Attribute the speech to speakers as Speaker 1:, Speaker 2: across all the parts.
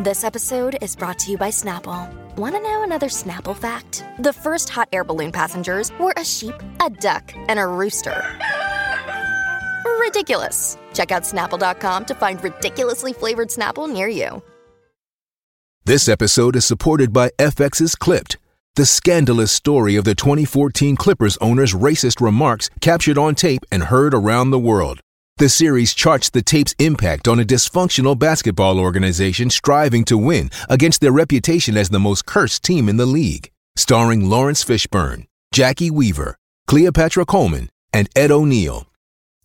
Speaker 1: This episode is brought to you by Snapple. Want to know another Snapple fact? The first hot air balloon passengers were a sheep, a duck, and a rooster. Ridiculous. Check out snapple.com to find ridiculously flavored Snapple near you.
Speaker 2: This episode is supported by FX's Clipped, the scandalous story of the 2014 Clippers owner's racist remarks captured on tape and heard around the world. The series charts the tape's impact on a dysfunctional basketball organization striving to win against their reputation as the most cursed team in the league. Starring Lawrence Fishburne, Jackie Weaver, Cleopatra Coleman, and Ed O'Neill.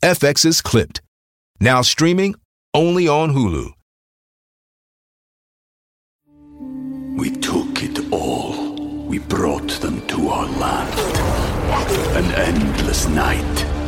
Speaker 2: FX's Clipped. Now streaming only on Hulu.
Speaker 3: We took it all. We brought them to our land. An endless night,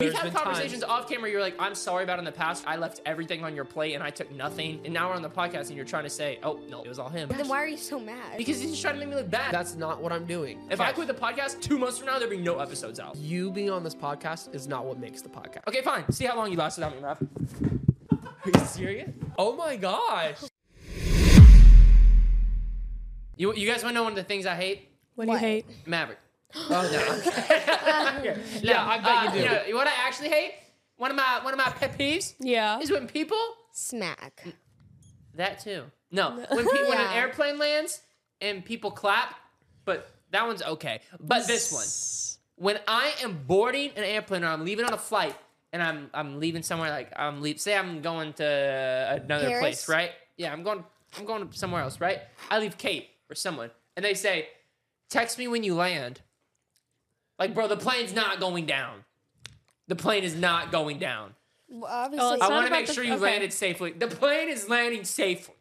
Speaker 4: We've had conversations off camera. You're like, I'm sorry about in the past. I left everything on your plate and I took nothing. And now we're on the podcast and you're trying to say, oh, no, it was all him.
Speaker 5: Then why are you so mad?
Speaker 4: Because he's just trying to make me look bad.
Speaker 6: That's not what I'm doing.
Speaker 4: if I quit the podcast two months from now, there'd be no episodes out.
Speaker 6: you being on this podcast is not what makes the podcast.
Speaker 4: Okay, fine. See how long you last without me, Raph. Are you serious? Oh my gosh. You, you guys want to know one of the things I hate?
Speaker 7: What, do you hate?
Speaker 4: Maverick. Oh no. yeah, I bet you do. You know what I actually hate? One of my one of my pet peeves
Speaker 7: Yeah.
Speaker 4: is when people
Speaker 5: Smack.
Speaker 4: That too. No, when people when an
Speaker 5: Yeah.
Speaker 4: airplane lands and people clap, but that one's okay. But this one, when I am boarding an airplane or I'm leaving on a flight and I'm I'm leaving somewhere like I'm leave say I'm going to another
Speaker 5: Paris?
Speaker 4: place, right? Yeah, I'm going I'm going somewhere else, right? I leave Kate or someone, and they say, "Text me when you land." Like, bro, the plane's not going down. The plane is not going down.
Speaker 5: Well, obviously,
Speaker 7: it's
Speaker 4: I
Speaker 7: not
Speaker 4: want to
Speaker 7: about
Speaker 4: make
Speaker 7: the-
Speaker 4: sure you
Speaker 7: okay.
Speaker 4: landed safely. The plane is landing safely.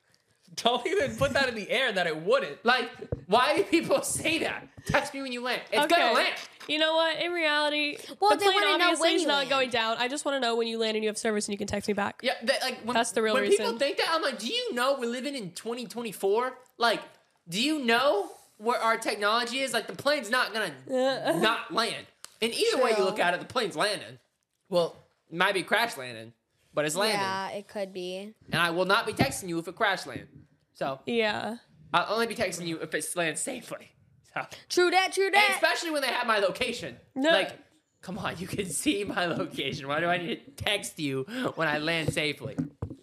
Speaker 6: Don't even put that in the air that it wouldn't.
Speaker 4: Like, why do people say that? Text me when you land. It's gonna land.
Speaker 7: You know what? In reality,
Speaker 5: Well,
Speaker 7: the
Speaker 5: they
Speaker 7: plane
Speaker 5: wanna know
Speaker 7: obviously
Speaker 5: when
Speaker 7: is
Speaker 5: you
Speaker 7: not
Speaker 5: land.
Speaker 7: going down. I just want to know when you land and you have service and you can text me back.
Speaker 4: Yeah, that, like when,
Speaker 7: That's the real
Speaker 4: when people
Speaker 7: reason.
Speaker 4: think that, I'm like, do you know we're living in 2024? Like, do you know where our technology is? Like, the plane's not gonna not land. And either way you
Speaker 5: True.
Speaker 4: look at it, the plane's landing.
Speaker 6: Well,
Speaker 4: It might be crash landing, but it's landing.
Speaker 5: yeah, it could be.
Speaker 4: And I will not be texting you if it crash lands. So
Speaker 7: Yeah.
Speaker 4: I'll only be texting you if it lands safely. So.
Speaker 5: True that. True
Speaker 4: And
Speaker 5: that.
Speaker 4: especially when they have my location.
Speaker 7: No.
Speaker 4: Like, come on, you can see my location. Why do I need to text you when I land safely?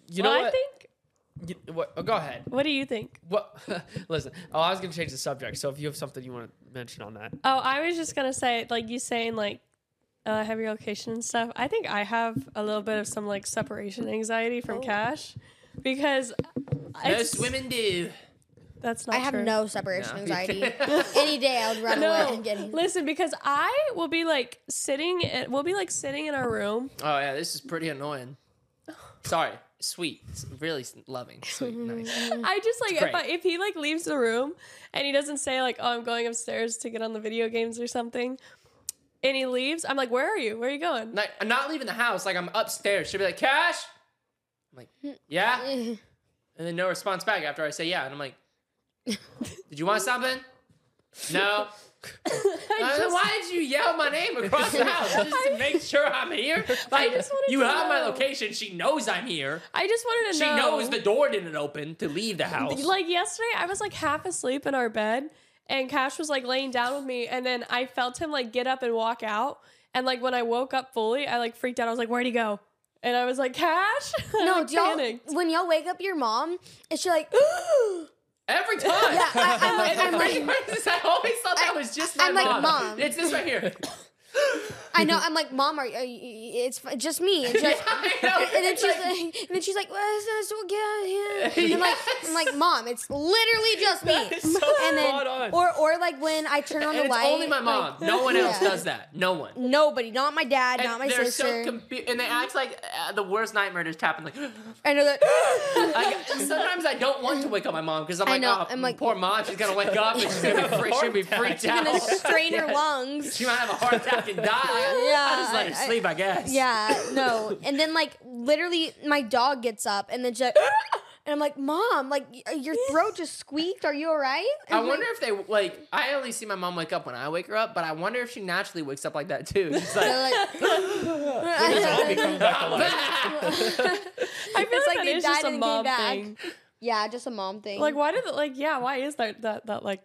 Speaker 6: you
Speaker 7: well,
Speaker 6: know what?
Speaker 7: I think.
Speaker 6: You- what- oh, go ahead.
Speaker 7: What do you think?
Speaker 6: What? Listen. Oh, I was gonna change the subject. So if you have something you want to mention on that,
Speaker 7: Oh, I was just gonna say, like you saying, like uh, have your location and stuff. I think I have a little bit of some like separation anxiety
Speaker 5: Oh.
Speaker 7: from Cash because
Speaker 4: Most women do.
Speaker 7: that's not.
Speaker 5: I have
Speaker 7: true.
Speaker 5: no separation anxiety. Any day I would run away
Speaker 7: No,
Speaker 5: and get him.
Speaker 7: listen, because I will be like sitting. At, we'll be like sitting in our room.
Speaker 4: Oh yeah, this is pretty annoying. Sorry, sweet, It's really s- loving, sweet, nice.
Speaker 7: I just like if, I,
Speaker 4: great.
Speaker 7: if he like leaves the room and he doesn't say like oh I'm going upstairs to get on the video games or something, and he leaves, I'm like where are you? Where are you going?
Speaker 4: Like, I'm not leaving the house. Like I'm upstairs. She'll be like, Cash. I'm like, yeah. And then no response back after I say yeah, and I'm like, Did you want something? No. I mean, why did you yell my name across the house just to make sure I'm here? Like
Speaker 7: just wanted
Speaker 4: you
Speaker 7: to
Speaker 4: have my
Speaker 7: know.
Speaker 4: location. She knows I'm here.
Speaker 7: I just wanted to
Speaker 4: She
Speaker 7: know.
Speaker 4: knows the door didn't open to leave the house.
Speaker 7: Like yesterday, I was like half asleep in our bed, and Cash was like laying down with me, and then I felt him like get up and walk out, and like when I woke up fully, I like freaked out. I was like where'd he go? And I was like Cash. I,
Speaker 5: No,
Speaker 7: like,
Speaker 5: do y'all,
Speaker 7: panicked.
Speaker 5: when y'all wake up your mom, and she like,
Speaker 4: Every time.
Speaker 5: yeah, I, I'm like, I'm
Speaker 4: Like,
Speaker 5: like,
Speaker 4: I always thought that was just my
Speaker 5: I'm like, "Mom."
Speaker 4: It's this right here.
Speaker 5: I know, I'm like, mom, are, you- are you, it's f- just me. And, she's like,
Speaker 4: I know.
Speaker 5: and then
Speaker 4: It's
Speaker 5: she's like, and then she's like, well, it's not so good here. And I'm like, I'm
Speaker 4: Yes.
Speaker 5: like, mom, it's literally just me.
Speaker 6: so
Speaker 5: and
Speaker 6: spot
Speaker 5: then,
Speaker 6: on.
Speaker 5: or or like when I turn on
Speaker 4: and
Speaker 5: the
Speaker 4: it's
Speaker 5: light,
Speaker 4: only my mom.
Speaker 5: like,
Speaker 4: no one else
Speaker 5: Yeah.
Speaker 4: does that. No one.
Speaker 5: nobody, not my dad,
Speaker 4: And
Speaker 5: not my
Speaker 4: they're
Speaker 5: sister.
Speaker 4: so confused, and they act like uh, the worst nightmare just happened. Like,
Speaker 5: I know that.
Speaker 4: like, sometimes I don't want to wake up my mom because I'm
Speaker 5: I
Speaker 4: like,
Speaker 5: know,
Speaker 4: oh,
Speaker 5: I'm like-
Speaker 4: poor mom, she's gonna wake up and she's gonna be, freaked, she'll be freaked out.
Speaker 5: gonna strain her lungs.
Speaker 4: She might have a heart attack and die. Like,
Speaker 5: yeah.
Speaker 4: I just let her
Speaker 5: I-
Speaker 4: sleep, I guess.
Speaker 5: Yeah, no. And then like literally my dog gets up and then she like, and I'm like, "Mom, like y- uh, your throat just squeaked. Are you all right?" And
Speaker 4: I
Speaker 5: I'm
Speaker 4: wonder
Speaker 5: like,
Speaker 4: if they like. I only see my mom wake up when I wake her up, but I wonder if she naturally wakes up like that too. She's like,
Speaker 5: they're like,
Speaker 7: I feel
Speaker 5: It's
Speaker 7: like,
Speaker 5: like
Speaker 7: that
Speaker 5: they
Speaker 7: is
Speaker 5: died
Speaker 7: just a
Speaker 5: and came
Speaker 7: mom
Speaker 5: back.
Speaker 7: thing.
Speaker 5: yeah, just a mom thing.
Speaker 7: Like, why did it, like, yeah, why is that, that, that, like,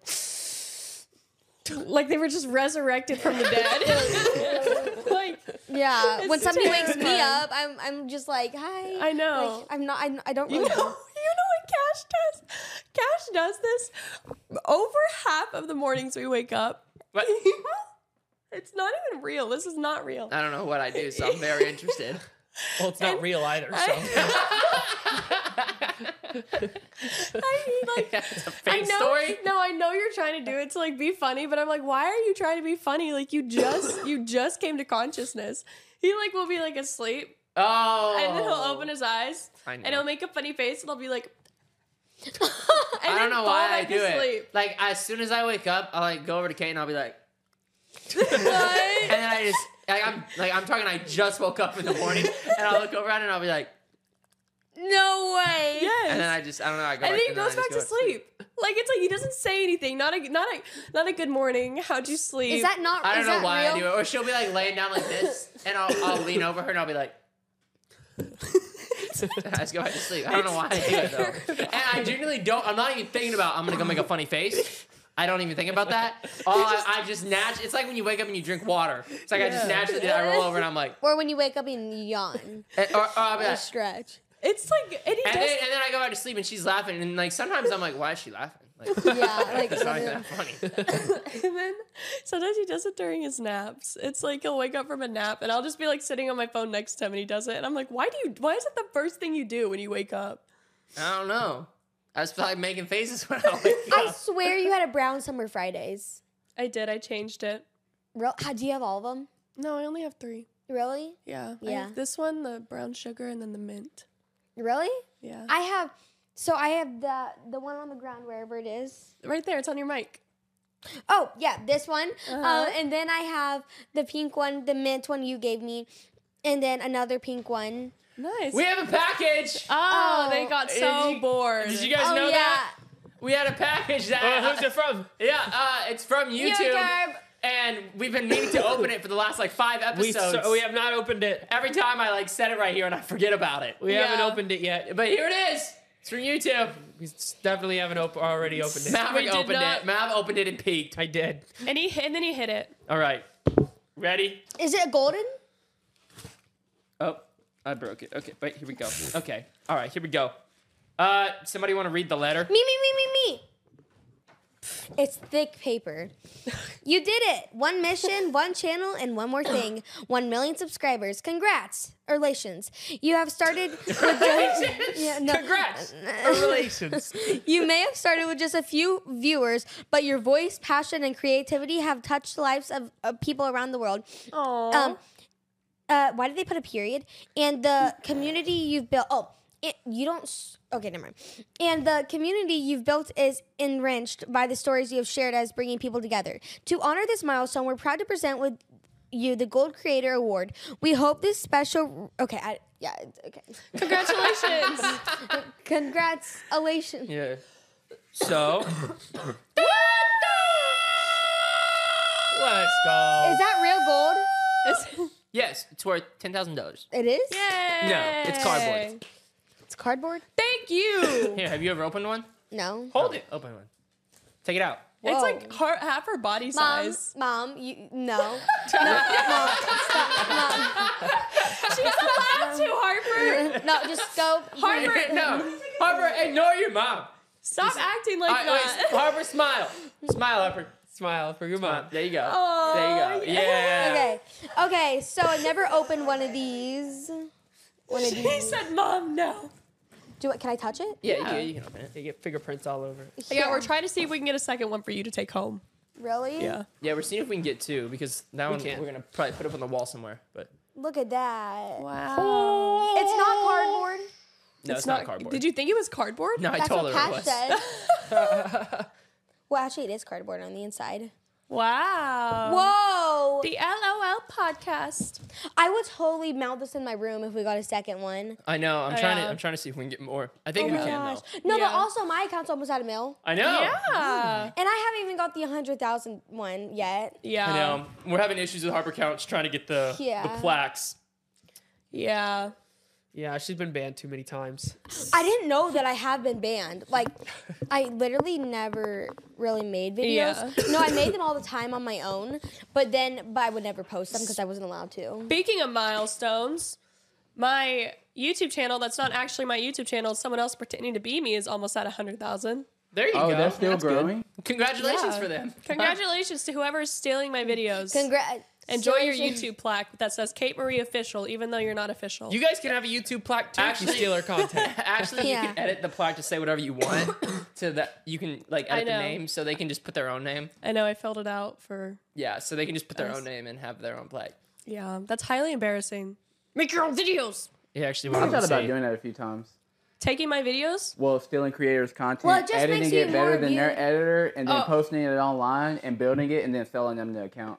Speaker 7: like they were just resurrected from the dead? like,
Speaker 5: yeah, when
Speaker 7: It's
Speaker 5: somebody wakes me
Speaker 7: terrifying.
Speaker 5: up, I'm I'm just like, "Hi."
Speaker 7: I know.
Speaker 5: Like, I'm not I, I don't
Speaker 7: You
Speaker 5: really
Speaker 7: know, you know what Cash does? Cash does this over half of the mornings we wake up.
Speaker 4: What?
Speaker 7: it's not even real. This is not real.
Speaker 4: I don't know what I do, so I'm very interested.
Speaker 6: Well, it's not real either. So
Speaker 7: I mean, like,
Speaker 4: It's a
Speaker 7: I
Speaker 4: fake
Speaker 7: know.
Speaker 4: story.
Speaker 7: No, I know you're trying to do it to like be funny, but I'm like, why are you trying to be funny? Like you just you just came to consciousness. He like will be like asleep,
Speaker 4: Oh,
Speaker 7: and then he'll open his eyes,
Speaker 4: I
Speaker 7: and
Speaker 4: know.
Speaker 7: he'll make a funny face, and I'll be like,
Speaker 4: I don't know why I do
Speaker 7: sleep.
Speaker 4: it. Like as soon as I wake up, I like go over to Kate and I'll be like,
Speaker 7: What?
Speaker 4: and then I just like I'm like I'm talking. I just woke up in the morning, and I'll look over at her and I'll be like,
Speaker 5: No way.
Speaker 7: yes.
Speaker 4: and then I just I don't know. I go
Speaker 7: and
Speaker 4: like-
Speaker 7: then he
Speaker 4: I
Speaker 7: goes back
Speaker 4: just
Speaker 7: to
Speaker 4: go
Speaker 7: sleep. Like it's like he doesn't say anything. Not a not a not a good morning. How'd you sleep?
Speaker 5: Is that not
Speaker 4: I don't
Speaker 5: is
Speaker 4: know
Speaker 5: that
Speaker 4: why
Speaker 5: real?
Speaker 4: I do it. Or she'll be like laying down like this, and I'll, I'll lean over her and I'll be like, I just go back to sleep. I don't know why I do it though. And I genuinely don't, I'm not even thinking about, I'm gonna go make a funny face. I don't even think about that. All I, I just nat. It's like when you wake up and you drink water. It's like I just naturally do that. I roll over and I'm like,
Speaker 5: Or when you wake up and you yawn
Speaker 4: and- or, or I'll be
Speaker 5: or
Speaker 4: like
Speaker 5: stretch.
Speaker 7: It's like and he
Speaker 4: oh, and,
Speaker 7: does.
Speaker 4: then, and then I go back to sleep and she's laughing. And like sometimes I'm like, why is she laughing? Like, it's
Speaker 5: Yeah, like
Speaker 4: not even
Speaker 5: something-
Speaker 4: that funny.
Speaker 7: And then sometimes he does it during his naps. It's like he'll wake up from a nap and I'll just be like sitting on my phone next to him and he does it. And I'm like, why do you, why is it the first thing you do when you wake up?
Speaker 4: I don't know. I was probably making faces when I wake up.
Speaker 5: I swear you had a brown summer Fridays.
Speaker 7: I did. I changed it.
Speaker 5: Real? How do you have all of them?
Speaker 7: No, I only have three.
Speaker 5: Really?
Speaker 7: Yeah. I
Speaker 5: Yeah.
Speaker 7: have this one, the brown sugar, and then the mint.
Speaker 5: Really?
Speaker 7: Yeah.
Speaker 5: I have. So I have the the one on the ground wherever it is.
Speaker 7: right there. It's on your mic.
Speaker 5: Oh yeah, this one. Uh, and then I have the pink one, the mint one you gave me, and then another pink one.
Speaker 7: Nice.
Speaker 4: We have a package.
Speaker 7: oh, they got
Speaker 4: Did
Speaker 7: so
Speaker 4: you-
Speaker 7: bored.
Speaker 4: Did you guys
Speaker 5: oh
Speaker 4: know
Speaker 5: yeah,
Speaker 4: that? We had a package that.
Speaker 6: uh, who's it from?
Speaker 4: yeah, uh, it's from YouTube. And we've been meaning to open it for the last like five
Speaker 6: We
Speaker 4: episodes.
Speaker 6: so, we have not opened it.
Speaker 4: Every time I like set it right here and I forget about it.
Speaker 6: We haven't
Speaker 7: Yeah.
Speaker 6: opened it yet.
Speaker 4: But here it is. It's from YouTube.
Speaker 6: We s- definitely haven't op- already opened it.
Speaker 4: Maverick
Speaker 7: did
Speaker 4: opened
Speaker 7: not-
Speaker 4: it. Mav opened it and peeked.
Speaker 6: I did.
Speaker 7: And he hit, and then he hit it.
Speaker 4: All right. Ready?
Speaker 5: Is it golden?
Speaker 4: Oh, I broke it. Okay, wait, here we go. Okay. All right, here we go. Uh, somebody want to read the letter?
Speaker 5: Me me me me me. It's thick paper. You did it! One mission, one channel, and one more thing. One million subscribers. Congrats! Relations. You have started with just, Yeah, no.
Speaker 4: Congrats.
Speaker 6: Relations.
Speaker 5: You may have started with just a few viewers, but your voice, passion, and creativity have touched the lives of, of people around the world.
Speaker 7: Oh.
Speaker 5: Um, uh, why did they put a period? And the community you've built. Oh, it, you don't. s- Okay, never mind. And the community you've built is enriched by the stories you have shared as bringing people together. To honor this milestone, we're proud to present with you the Gold Creator Award. We hope this special. Okay, I, yeah, it's- okay.
Speaker 7: Congratulations.
Speaker 5: Congrats, Elation.
Speaker 4: Yeah. So,
Speaker 6: Let's go.
Speaker 5: Is that real gold?
Speaker 7: It's-
Speaker 4: yes, it's worth $10,000.
Speaker 5: It is?
Speaker 7: Yay.
Speaker 4: No, it's cardboard.
Speaker 5: It's cardboard?
Speaker 7: Thank you.
Speaker 4: Here, have you ever opened one?
Speaker 5: No.
Speaker 4: Hold it. Open one. Take it out.
Speaker 7: It's
Speaker 5: Whoa.
Speaker 7: like her, half her body
Speaker 5: Mom,
Speaker 7: size.
Speaker 5: mom, you no. no, mom, stop, mom.
Speaker 7: She's allowed to, Harper.
Speaker 5: No, just go.
Speaker 7: Harper,
Speaker 4: no, Harper, ignore your mom.
Speaker 7: Stop acting like
Speaker 4: All right,
Speaker 7: that.
Speaker 4: wait, Harper, smile. Smile, Harper.
Speaker 6: Smile for your
Speaker 4: Smile.
Speaker 6: mom.
Speaker 4: There you go.
Speaker 7: Aw,
Speaker 4: there you go. Yeah.
Speaker 5: Okay. Okay, so I never opened one of these. One of
Speaker 7: he
Speaker 5: these.
Speaker 7: said, "Mom, no."
Speaker 5: Do it. Can I touch it?
Speaker 4: Yeah, You, you can open it.
Speaker 6: They get fingerprints all over. it.
Speaker 7: Yeah, we're trying to see if we can get a second one for you to take home.
Speaker 5: Really?
Speaker 7: Yeah.
Speaker 4: Yeah, we're seeing if we can get two because that one
Speaker 6: can.
Speaker 4: we're gonna probably put up on the wall somewhere. But
Speaker 5: Look at that.
Speaker 7: Wow.
Speaker 5: It's not cardboard.
Speaker 4: no, it's, not, cardboard.
Speaker 7: Did you think it was cardboard?
Speaker 4: No, I
Speaker 5: That's
Speaker 4: told
Speaker 5: what
Speaker 4: her it
Speaker 5: Cash
Speaker 4: was.
Speaker 5: said. well, actually, it is cardboard on the inside.
Speaker 7: Wow.
Speaker 5: Whoa! So
Speaker 7: Um, The LOL podcast.
Speaker 5: I would totally mount this in my room if we got a second one.
Speaker 4: I know. I'm trying to.
Speaker 7: yeah.
Speaker 4: I'm trying to see if we can get more. I think we can though.
Speaker 5: No, but
Speaker 7: Yeah.
Speaker 5: also my account's almost out of mil,
Speaker 4: I know.
Speaker 7: Yeah.
Speaker 5: and I haven't even got the hundred thousand one yet.
Speaker 7: Yeah.
Speaker 4: I know. We're having issues with Harper Counts trying to get the the
Speaker 5: Yeah.
Speaker 4: plaques.
Speaker 7: Yeah.
Speaker 6: Yeah, she's been banned too many times.
Speaker 5: I didn't know that I have been banned. Like, I literally never really made videos. No, I made them all the time on my own, but then but I would never post them because I wasn't allowed to.
Speaker 7: Speaking of milestones, my YouTube channel that's not actually my YouTube channel, it's someone else pretending to be me is almost at 100,000.
Speaker 4: There you
Speaker 8: Oh,
Speaker 4: go.
Speaker 8: that's still
Speaker 4: good.
Speaker 8: growing.
Speaker 4: Congratulations for them.
Speaker 7: Congratulations to whoever's stealing my videos.
Speaker 5: Congrats.
Speaker 7: Enjoy your YouTube plaque that says Kate Marie official, even though you're not official.
Speaker 4: You guys can have a YouTube plaque too.
Speaker 6: Actually, steal her content.
Speaker 4: Actually, you
Speaker 5: Yeah.
Speaker 4: can edit the plaque to say whatever you want. so that you can like edit the
Speaker 7: know.
Speaker 4: name, so they can just put their own name.
Speaker 7: I know I filled it out for
Speaker 4: Yeah, so they can just put their own name and have their own plaque.
Speaker 7: yeah. That's highly embarrassing. Make your own videos.
Speaker 4: It actually
Speaker 8: I've
Speaker 4: won't
Speaker 8: thought about
Speaker 4: say.
Speaker 8: doing that a few times.
Speaker 7: Taking my videos?
Speaker 8: Well, stealing creators' content,
Speaker 5: Well, it just
Speaker 8: editing
Speaker 5: makes you
Speaker 8: it better
Speaker 5: more
Speaker 8: than their
Speaker 5: view-
Speaker 8: editor, and
Speaker 6: Oh.
Speaker 8: then posting it online and building it, and then selling them the account.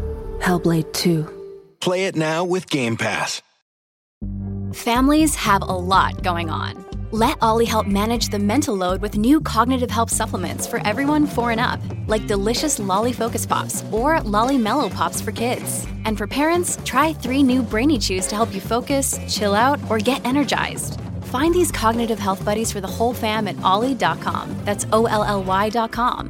Speaker 9: Hellblade 2.
Speaker 10: Play it now with Game Pass.
Speaker 1: Families have a lot going on. Let Ollie help manage the mental load with new cognitive help supplements for everyone four and up, like delicious Lolly Focus Pops or Lolly Mellow Pops for kids. And for parents, try three new Brainy Chews to help you focus, chill out, or get energized. Find these cognitive health buddies for the whole fam at ollie.com. That's O L L Y.com.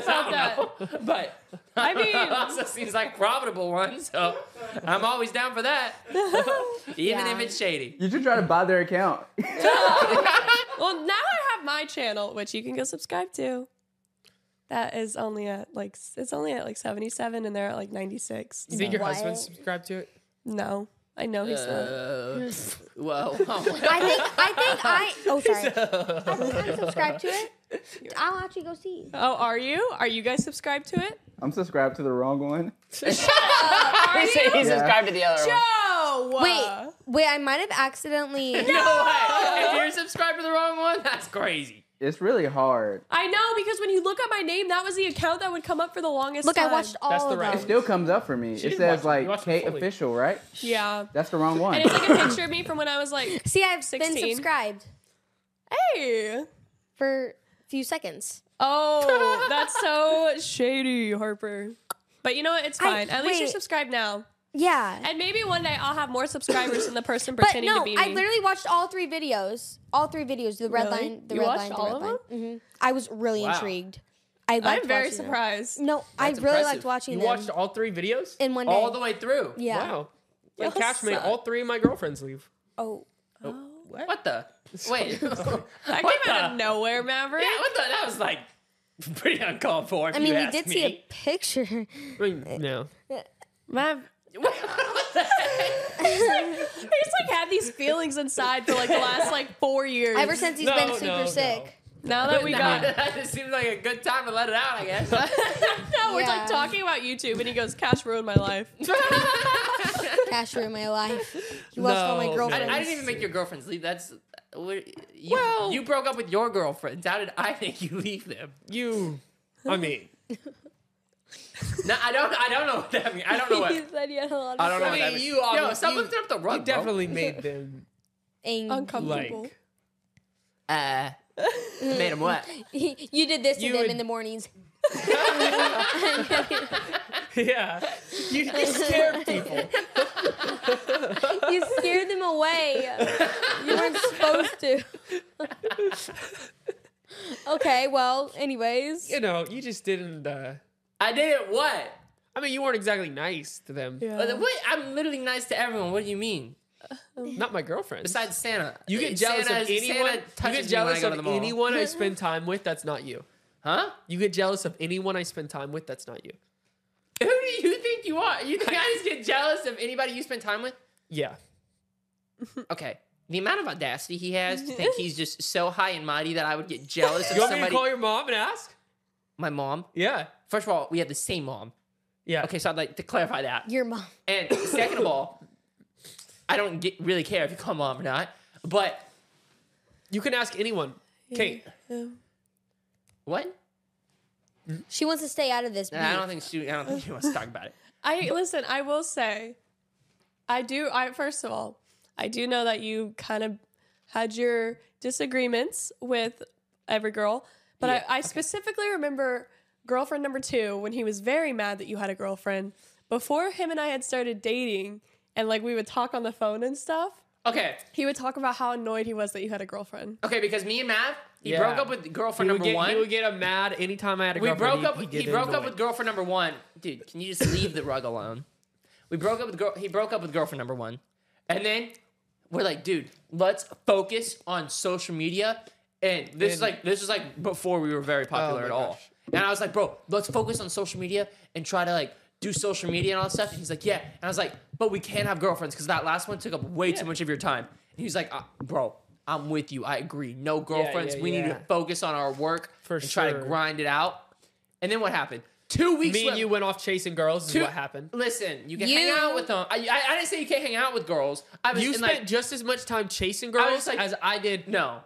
Speaker 7: About that.
Speaker 4: But
Speaker 7: I mean,
Speaker 4: also seems like a profitable one, so I'm always down for that. Even if it's shady.
Speaker 8: You should try to buy their account.
Speaker 7: well, now I have my channel, which you can go subscribe to. That is only at like s- it's only at like seventy seven, and they're at like ninety six.
Speaker 6: You think your
Speaker 5: What?
Speaker 6: husband subscribed to it?
Speaker 7: No, I know he's not.
Speaker 4: Uh, whoa.
Speaker 5: I think I think I oh sorry. I think I'm subscribed to it. I'll actually go see.
Speaker 7: Oh, are you? Are you guys subscribed to it?
Speaker 8: I'm subscribed to the wrong one.
Speaker 7: Are you?
Speaker 8: Yeah.
Speaker 6: to the other one.
Speaker 7: No. Uh.
Speaker 5: Wait, wait, I might have accidentally.
Speaker 4: no way. If you're subscribed to the wrong one, that's crazy.
Speaker 8: It's really hard.
Speaker 7: I know because when you look at my name, that was the account that would come up for the longest.
Speaker 5: Look, I
Speaker 7: time.
Speaker 5: watched all
Speaker 6: That's the
Speaker 5: of
Speaker 6: right-
Speaker 8: It
Speaker 5: them.
Speaker 8: still comes up for me. It
Speaker 6: didn't
Speaker 8: says
Speaker 6: watch it.
Speaker 8: like
Speaker 6: You watched it
Speaker 8: Kate
Speaker 6: fully.
Speaker 8: official, right?
Speaker 7: Yeah,
Speaker 8: That's the wrong one.
Speaker 7: and it's like a picture of me from when I was like,
Speaker 5: See, I've
Speaker 7: 16.
Speaker 5: been subscribed
Speaker 7: hey.
Speaker 5: for a few seconds.
Speaker 7: Oh, that's so shady, Harper. But you know what? It's
Speaker 5: I-
Speaker 7: fine. At least you're
Speaker 5: wait.
Speaker 7: subscribed now.
Speaker 5: Yeah.
Speaker 7: And maybe one day I'll have more subscribers than the person
Speaker 5: But
Speaker 7: pretending
Speaker 5: no,
Speaker 7: to be me.
Speaker 5: I literally watched all three videos. All three videos. The red
Speaker 7: Really?
Speaker 5: line, the
Speaker 7: You
Speaker 5: red
Speaker 7: watched
Speaker 5: line, the
Speaker 7: all
Speaker 5: red
Speaker 7: of
Speaker 5: line. hmm I was really
Speaker 4: Wow.
Speaker 5: intrigued. I liked
Speaker 7: I'm very
Speaker 5: watching them.
Speaker 7: surprised.
Speaker 5: No,
Speaker 4: That's
Speaker 5: I really
Speaker 4: impressive.
Speaker 5: liked watching
Speaker 6: You
Speaker 5: them
Speaker 6: watched all three videos?
Speaker 5: in one day.
Speaker 4: All the way through.
Speaker 5: yeah.
Speaker 6: Wow. Like
Speaker 7: Y'all
Speaker 6: Cash made
Speaker 7: suck.
Speaker 6: all three of my girlfriends leave.
Speaker 5: Oh.
Speaker 4: What the? Wait. yeah, what
Speaker 7: I
Speaker 4: What
Speaker 7: came out
Speaker 4: the-
Speaker 7: of nowhere, Maverick.
Speaker 4: the? That was like pretty uncalled for. If
Speaker 5: I mean,
Speaker 4: you
Speaker 5: we
Speaker 4: ask
Speaker 5: did
Speaker 4: me.
Speaker 5: see a picture.
Speaker 6: I mean, no.
Speaker 7: Mav- he's like had these feelings inside for like the last like four years.
Speaker 5: Ever since he's
Speaker 6: No,
Speaker 5: been
Speaker 6: no,
Speaker 5: super
Speaker 6: no.
Speaker 5: sick.
Speaker 7: now that we got,
Speaker 4: that just seems like a good time to let it out, I guess.
Speaker 7: no, we're
Speaker 5: Yeah.
Speaker 7: like talking about YouTube, and he goes, "Cash ruined my life."
Speaker 5: Cash ruined my life. He lost all
Speaker 6: No,
Speaker 5: my
Speaker 6: no.
Speaker 4: I,
Speaker 5: girlfriends.
Speaker 4: I didn't even make your girlfriends leave. That's what- you, you broke up with your girlfriends. How did I make you leave them?
Speaker 6: You, I mean,
Speaker 4: No, I don't. I don't know what that means. I don't know what.
Speaker 5: He said he had a lot
Speaker 4: I don't
Speaker 5: of
Speaker 4: know what that
Speaker 6: mean,
Speaker 4: means.
Speaker 6: you
Speaker 4: Yo,
Speaker 6: obvi-
Speaker 4: stop
Speaker 6: you-
Speaker 4: lifting up the rug.
Speaker 6: you definitely made them
Speaker 5: ang-
Speaker 7: Uncomfortable.
Speaker 6: like
Speaker 4: Bro. Uh, Made him wet.
Speaker 5: you did this
Speaker 4: You
Speaker 5: to them
Speaker 4: would-
Speaker 5: in the mornings.
Speaker 6: yeah. You, you scared people.
Speaker 5: you scared them away. You weren't supposed to. okay, well, anyways.
Speaker 6: You know, you just didn't. Uh,
Speaker 4: I didn't what?
Speaker 6: I mean, you weren't exactly nice to them.
Speaker 4: But What? I'm literally nice to everyone. What do you mean?
Speaker 6: Not my girlfriend.
Speaker 4: Besides Santa,
Speaker 6: you
Speaker 4: Uh,
Speaker 6: get jealous
Speaker 4: Santa-
Speaker 6: of anyone.
Speaker 4: Santa
Speaker 6: You
Speaker 4: touches
Speaker 6: get
Speaker 4: me when I
Speaker 6: jealous
Speaker 4: go to
Speaker 6: of
Speaker 4: the mall.
Speaker 6: anyone I spend time with. That's not you,
Speaker 4: huh?
Speaker 6: You get jealous of anyone I spend time with. That's not you.
Speaker 4: Who do you think you are? You think I just get jealous of anybody you spend time with?
Speaker 6: Yeah.
Speaker 4: Okay. The amount of audacity he has to think he's just so high and mighty that I would get jealous of
Speaker 6: You want me
Speaker 4: somebody.
Speaker 6: to call your mom and ask?
Speaker 4: My mom.
Speaker 6: Yeah.
Speaker 4: First of all, we have the same mom.
Speaker 6: Yeah.
Speaker 4: Okay, so I'd like to clarify that.
Speaker 5: Your mom.
Speaker 4: And second of all, I don't get, really care if you call mom or not, but
Speaker 6: You can ask anyone. Kate.
Speaker 4: what?
Speaker 5: She wants to stay out of this.
Speaker 4: Nah, I don't think she. I don't think she wants to talk about it.
Speaker 7: I listen. I will say, I do. I first of all, I do know that you kind of had your disagreements with every girl, but
Speaker 4: Yeah,
Speaker 7: I, I specifically remember girlfriend number two when he was very mad that you had a girlfriend before him and I had started dating, and like we would talk on the phone and stuff.
Speaker 4: Okay.
Speaker 7: He would talk about how annoyed he was that you had a girlfriend.
Speaker 4: Okay, because me and Mav, he
Speaker 6: Yeah.
Speaker 4: broke up with girlfriend
Speaker 6: he would
Speaker 4: number
Speaker 6: get,
Speaker 4: one.
Speaker 6: He would get a mad anytime I had a
Speaker 4: we
Speaker 6: girlfriend.
Speaker 4: broke up.
Speaker 6: he'd
Speaker 4: He,
Speaker 6: get
Speaker 4: broke up
Speaker 6: annoyed.
Speaker 4: with girlfriend number one. Dude, can you just leave the rug alone? We broke up with girl. He broke up with girlfriend number one, and then we're like, dude, let's focus on social media. And this is
Speaker 6: And- Oh
Speaker 4: like this is like before we were very popular
Speaker 6: my
Speaker 4: at all.
Speaker 6: gosh.
Speaker 4: And I was like, bro, let's focus on social media and try to like do social media and all that stuff. And he's like, yeah. And I was like, but we can't have girlfriends because that last one took up way too much of your time. And he was like, uh, bro, I'm with you. I agree. No girlfriends.
Speaker 6: yeah,
Speaker 4: we need
Speaker 6: yeah.
Speaker 4: to focus on our work
Speaker 6: For
Speaker 4: and try to
Speaker 6: sure.
Speaker 4: grind it out. And then what happened? Two weeks.
Speaker 6: Me and
Speaker 4: left-
Speaker 6: you went off chasing girls. Is
Speaker 4: Two-
Speaker 6: what happened.
Speaker 4: Listen, you can
Speaker 5: You-
Speaker 4: hang out with them. I, I, I didn't say you can't hang out with girls. I was
Speaker 6: You
Speaker 4: in
Speaker 6: spent
Speaker 4: like,
Speaker 6: just as much time chasing
Speaker 4: I
Speaker 6: girls
Speaker 4: was like-
Speaker 6: as I did.
Speaker 4: no.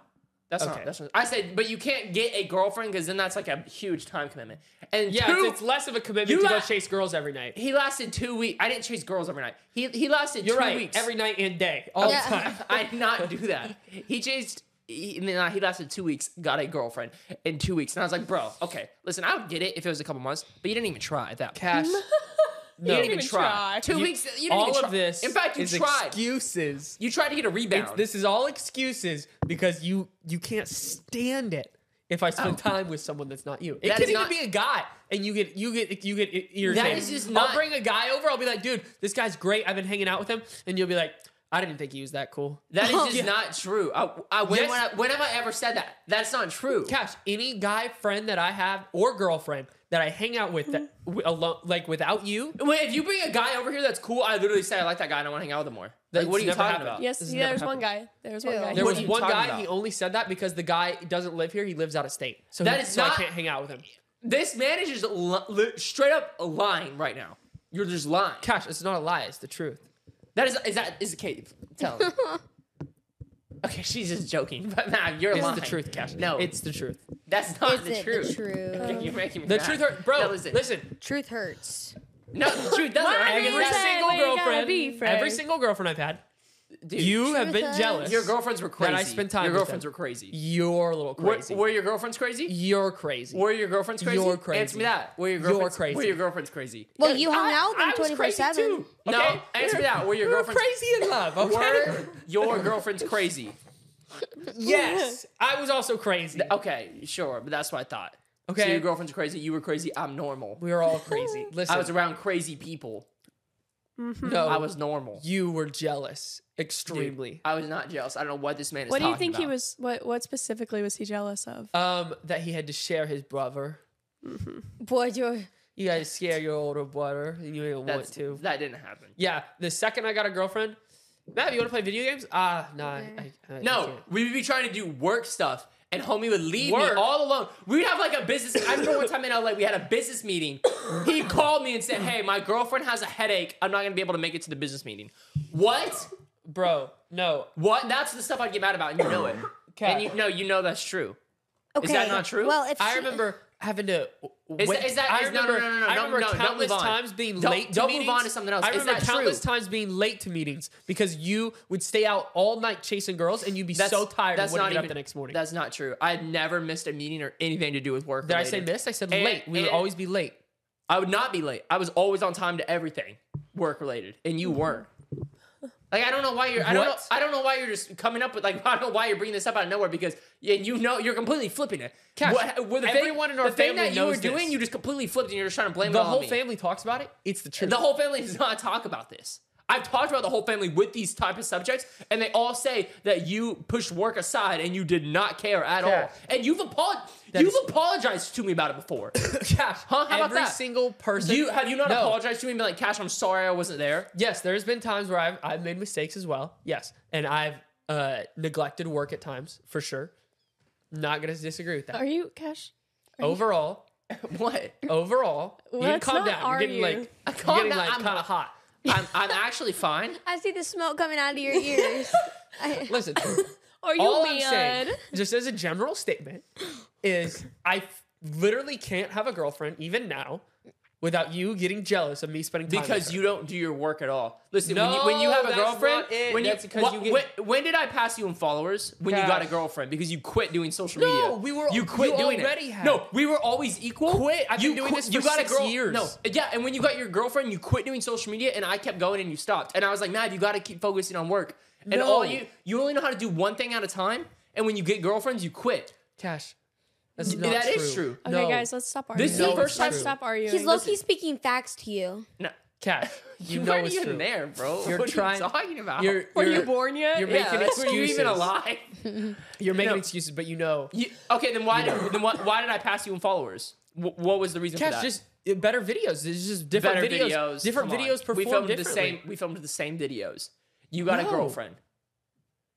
Speaker 4: That's
Speaker 6: Okay.
Speaker 4: not. That's not. I said, but you can't get a girlfriend because then that's like a huge time commitment. And
Speaker 6: Yeah,
Speaker 4: two,
Speaker 6: it's, it's less of a commitment
Speaker 4: You
Speaker 6: to go
Speaker 4: la-
Speaker 6: chase girls every night.
Speaker 4: he lasted two weeks. I didn't chase girls every night. He he lasted
Speaker 6: You're
Speaker 4: two
Speaker 6: right.
Speaker 4: weeks Oh,
Speaker 6: Every night and day, all
Speaker 5: Yeah.
Speaker 6: the time.
Speaker 4: I did not do that. He chased. He, and then, uh, he lasted two weeks, got a girlfriend in two weeks, and I was like, "Bro, okay, listen, I would get it if it was a couple months, but you didn't even try at that.
Speaker 6: Cash.
Speaker 4: You
Speaker 6: no.
Speaker 4: didn't even try.
Speaker 7: try.
Speaker 4: Two
Speaker 6: You-
Speaker 4: weeks. You didn't
Speaker 6: all
Speaker 4: even try.
Speaker 6: of this.
Speaker 4: In fact, you
Speaker 6: is
Speaker 4: tried.
Speaker 6: excuses.
Speaker 4: you tried to get a rebound.
Speaker 6: It's- this is all excuses because you you can't stand it. If I spend time with someone that's not you, it
Speaker 4: Oh. That
Speaker 6: could
Speaker 4: is
Speaker 6: even
Speaker 4: not-
Speaker 6: be a guy, and you get you get you get irritated.
Speaker 4: is just
Speaker 6: I'll
Speaker 4: not-
Speaker 6: bring a guy over. I'll be like, dude, this guy's great. I've been hanging out with him, and you'll be like, I didn't think he was that cool.
Speaker 4: that is just not true. I, I, when,
Speaker 6: Oh. Yes.
Speaker 4: when I- when have I ever said that? That's not true.
Speaker 6: Cash, any guy friend that I have or girlfriend that I hang out with that
Speaker 4: Mm-hmm.
Speaker 6: wi- alone, like without you,
Speaker 4: Wait, if you bring a guy over here that's cool, I literally say I like that guy and I want to hang out with him more. Like,
Speaker 6: That's
Speaker 4: what are you
Speaker 6: never
Speaker 4: talking
Speaker 6: happened.
Speaker 4: about?
Speaker 7: Yes,
Speaker 6: Oh, This has
Speaker 7: yeah,
Speaker 6: never
Speaker 7: there's one guy. There was one guy.
Speaker 6: there
Speaker 4: What
Speaker 6: was
Speaker 4: are you
Speaker 6: one
Speaker 4: talking
Speaker 6: guy.
Speaker 4: about?
Speaker 6: He only said that because the guy doesn't live here. He lives out of state, so
Speaker 4: That
Speaker 6: he-
Speaker 4: is
Speaker 6: so
Speaker 4: not-
Speaker 6: I can't hang out with him.
Speaker 4: This man is just li- li- straight up lying right now. You're just lying.
Speaker 6: Cash, it's not a lie. It's the truth.
Speaker 4: That is is that is Kate? Tell him. okay, she's just joking. But nah, you're
Speaker 6: It's
Speaker 4: lying.
Speaker 6: the truth, Cash.
Speaker 4: No,
Speaker 6: it's the truth.
Speaker 4: that's not
Speaker 5: Is
Speaker 4: the
Speaker 5: it
Speaker 4: truth.
Speaker 5: the truth?
Speaker 4: You're making me
Speaker 6: The
Speaker 4: mad.
Speaker 6: truth hurt, bro.
Speaker 4: No,
Speaker 6: listen,
Speaker 4: listen.
Speaker 5: Truth hurts.
Speaker 4: No, the truth doesn't.
Speaker 7: Why
Speaker 4: hurt.
Speaker 7: do you
Speaker 6: Every
Speaker 7: Friend,
Speaker 6: single
Speaker 7: where you gotta
Speaker 6: girlfriend,
Speaker 7: be, friend.
Speaker 6: every single girlfriend I've had,
Speaker 4: Dude,
Speaker 6: you have been
Speaker 5: Truth
Speaker 6: jealous.
Speaker 4: Your girlfriends were crazy.
Speaker 6: That I spent time.
Speaker 4: Your
Speaker 6: with
Speaker 4: girlfriends
Speaker 6: them.
Speaker 4: were crazy.
Speaker 6: You're a little
Speaker 4: Were,
Speaker 6: crazy.
Speaker 4: were your girlfriends crazy?
Speaker 6: you're crazy.
Speaker 4: Were your girlfriends crazy?
Speaker 6: You're crazy.
Speaker 4: Answer me that. Were your
Speaker 6: You're
Speaker 4: girlfriends
Speaker 6: crazy.
Speaker 4: Were your girlfriends crazy?
Speaker 5: Well, you hung out with
Speaker 6: I
Speaker 5: them
Speaker 6: was
Speaker 5: 24
Speaker 6: crazy
Speaker 5: 7.
Speaker 6: too,
Speaker 4: No.
Speaker 6: okay?
Speaker 4: Answer me that. Were your
Speaker 6: We were
Speaker 4: girlfriends
Speaker 6: crazy in love? Okay.
Speaker 4: Were your girlfriends crazy?
Speaker 6: yes, I was also crazy.
Speaker 4: Okay, sure, but that's what I thought. So
Speaker 6: Okay.
Speaker 4: your girlfriends are crazy. You were crazy. I'm normal.
Speaker 6: We were all crazy. Listen,
Speaker 4: I was around crazy people.
Speaker 6: no,
Speaker 4: I was normal.
Speaker 6: You were jealous,
Speaker 4: Dude,
Speaker 6: extremely.
Speaker 4: I was not jealous. I don't know what this man is
Speaker 7: What do you
Speaker 4: talking
Speaker 7: think he
Speaker 4: about.
Speaker 7: was? What what specifically was he jealous of?
Speaker 6: um, that he had to share his brother.
Speaker 5: Boy, you're.
Speaker 6: You got to share your older brother. and You didn't want
Speaker 4: That's,
Speaker 6: to.
Speaker 4: That didn't happen.
Speaker 6: Yeah, the second I got a girlfriend, Matt, you want to play video games? Ah, no, nah, I, I, I
Speaker 4: No,
Speaker 6: can't.
Speaker 4: we would be trying to do work stuff, and homie would leave
Speaker 6: Work?
Speaker 4: me all alone. We'd have like a business. I remember one time in LA, we had a business meeting. He called me and said, "Hey, my girlfriend has a headache. I'm not gonna be able to make it to the business meeting." What?
Speaker 6: bro, no.
Speaker 4: What? That's the stuff I'd get mad about, and you know it.
Speaker 6: Okay.
Speaker 4: And you know, you know that's true.
Speaker 5: Okay.
Speaker 4: that not true?
Speaker 5: Well, if
Speaker 6: I
Speaker 5: she-
Speaker 6: remember having to
Speaker 4: Is,
Speaker 6: wait-
Speaker 4: that is that
Speaker 6: I
Speaker 4: is,
Speaker 6: remember,
Speaker 4: no, no, no, no,
Speaker 6: I remember
Speaker 4: no, no, don't
Speaker 6: countless
Speaker 4: move on.
Speaker 6: times being
Speaker 4: Don't-
Speaker 6: late. To
Speaker 4: don't
Speaker 6: meetings.
Speaker 4: move on to something else.
Speaker 6: I
Speaker 4: Is
Speaker 6: remember
Speaker 4: that
Speaker 6: countless
Speaker 4: true?
Speaker 6: times being late to meetings because you would stay out all night chasing girls, and you'd be so tired and wouldn't get up the next morning.
Speaker 4: That's not true. I had never missed a meeting or anything to do with work.
Speaker 6: Did I say missed? I said late. We would always
Speaker 4: be late. I would not be late. I was always on time to everything work related, and you weren't. Like I don't know why you're. I don't know.
Speaker 6: What?
Speaker 4: I don't know why you're just coming up with like. I don't know why you're bringing this up out of nowhere because yeah, you know you're completely flipping it.
Speaker 6: Cash,
Speaker 4: What- with the thing-
Speaker 6: everyone in our
Speaker 4: the thing
Speaker 6: family
Speaker 4: that you were
Speaker 6: knows this.
Speaker 4: doing, you just completely flipped and you're just trying to blame it
Speaker 6: the
Speaker 4: all on
Speaker 6: whole
Speaker 4: me.
Speaker 6: family talks about it. It's the truth.
Speaker 4: The whole family does not talk about this. I've talked about the whole family with these type of subjects, and they all say that you pushed work aside and you did not care at
Speaker 6: Yeah.
Speaker 4: all. And you've apolog- you've apologized to me about it before. Cash, huh? How about
Speaker 6: Every
Speaker 4: that?
Speaker 6: single person.
Speaker 4: You have you not
Speaker 6: No.
Speaker 4: apologized to me and been like, Cash, I'm sorry I wasn't there.
Speaker 6: Yes, there's been times where I've I've made mistakes as well. Yes, and I've uh, neglected work at times for sure. Not gonna disagree with that.
Speaker 7: Are you Cash? are you-
Speaker 6: overall?
Speaker 4: what?
Speaker 6: Overall,
Speaker 7: Well,
Speaker 6: you can
Speaker 7: it's
Speaker 6: calm
Speaker 7: not
Speaker 6: down.
Speaker 7: are
Speaker 6: You're getting
Speaker 7: you.
Speaker 6: like
Speaker 7: I
Speaker 6: you're
Speaker 7: calm
Speaker 6: getting
Speaker 7: down,
Speaker 6: like
Speaker 7: I'm-
Speaker 6: kind of hot.
Speaker 4: I'm I'm actually fine.
Speaker 5: I see the smoke coming out of your ears. I-
Speaker 6: Listen,
Speaker 7: Are you
Speaker 6: all I'm saying,
Speaker 7: mad?
Speaker 6: just as a general statement, is I f- literally can't have a girlfriend even now without you getting jealous of me spending time
Speaker 4: Because you don't do your work at all. Listen, when, you, when you
Speaker 6: No,
Speaker 4: have a
Speaker 6: that's
Speaker 4: girlfriend,
Speaker 6: not it.
Speaker 4: when you,
Speaker 6: That's because
Speaker 4: wha-
Speaker 6: you get-
Speaker 4: when, when did I pass you in followers? When you got a
Speaker 6: Gosh.
Speaker 4: girlfriend because you quit doing social
Speaker 6: No,
Speaker 4: media.
Speaker 6: we were-
Speaker 4: you quit
Speaker 6: you
Speaker 4: doing
Speaker 6: already
Speaker 4: it.
Speaker 6: had.
Speaker 4: No, we were always equal. Quit.
Speaker 6: I've
Speaker 4: you
Speaker 6: been doing
Speaker 4: quit-
Speaker 6: this for
Speaker 4: you got
Speaker 6: six
Speaker 4: a girl,
Speaker 6: years.
Speaker 4: No, yeah, and when you got your girlfriend, you quit doing social media, and I kept going, and you stopped, and I was like, Mad, you got to keep focusing on work, and
Speaker 6: No.
Speaker 4: all you you only know how to do one thing at a time, and when you get girlfriends, you quit.
Speaker 6: Cash.
Speaker 4: That's
Speaker 6: not
Speaker 4: That is
Speaker 6: true.
Speaker 7: Okay,
Speaker 4: No.
Speaker 7: guys, let's stop arguing.
Speaker 4: This is the first time.
Speaker 7: let's stop arguing.
Speaker 5: He's low key speaking facts to you.
Speaker 4: No,
Speaker 6: Cash, you
Speaker 4: You
Speaker 6: know
Speaker 4: weren't
Speaker 6: it's
Speaker 4: even
Speaker 6: true.
Speaker 4: there, bro.
Speaker 6: You're
Speaker 4: What are you
Speaker 6: trying.
Speaker 4: talking about?
Speaker 6: You're,
Speaker 4: Were
Speaker 6: you're-
Speaker 4: you born yet?
Speaker 6: You're
Speaker 4: Yeah,
Speaker 6: making
Speaker 4: like, were
Speaker 6: excuses.
Speaker 4: you even alive?
Speaker 6: You're making
Speaker 4: No.
Speaker 6: excuses, but you know.
Speaker 4: You, okay, then why did, then why, why did I pass you in followers? Wh- what was the reason for
Speaker 6: Cash,
Speaker 4: that?
Speaker 6: just uh, better videos. There's just different
Speaker 4: Better
Speaker 6: videos, Different
Speaker 4: come on.
Speaker 6: videos performed
Speaker 4: we filmed the
Speaker 6: differently.
Speaker 4: same. We filmed the same videos. You got
Speaker 6: No.
Speaker 4: a girlfriend.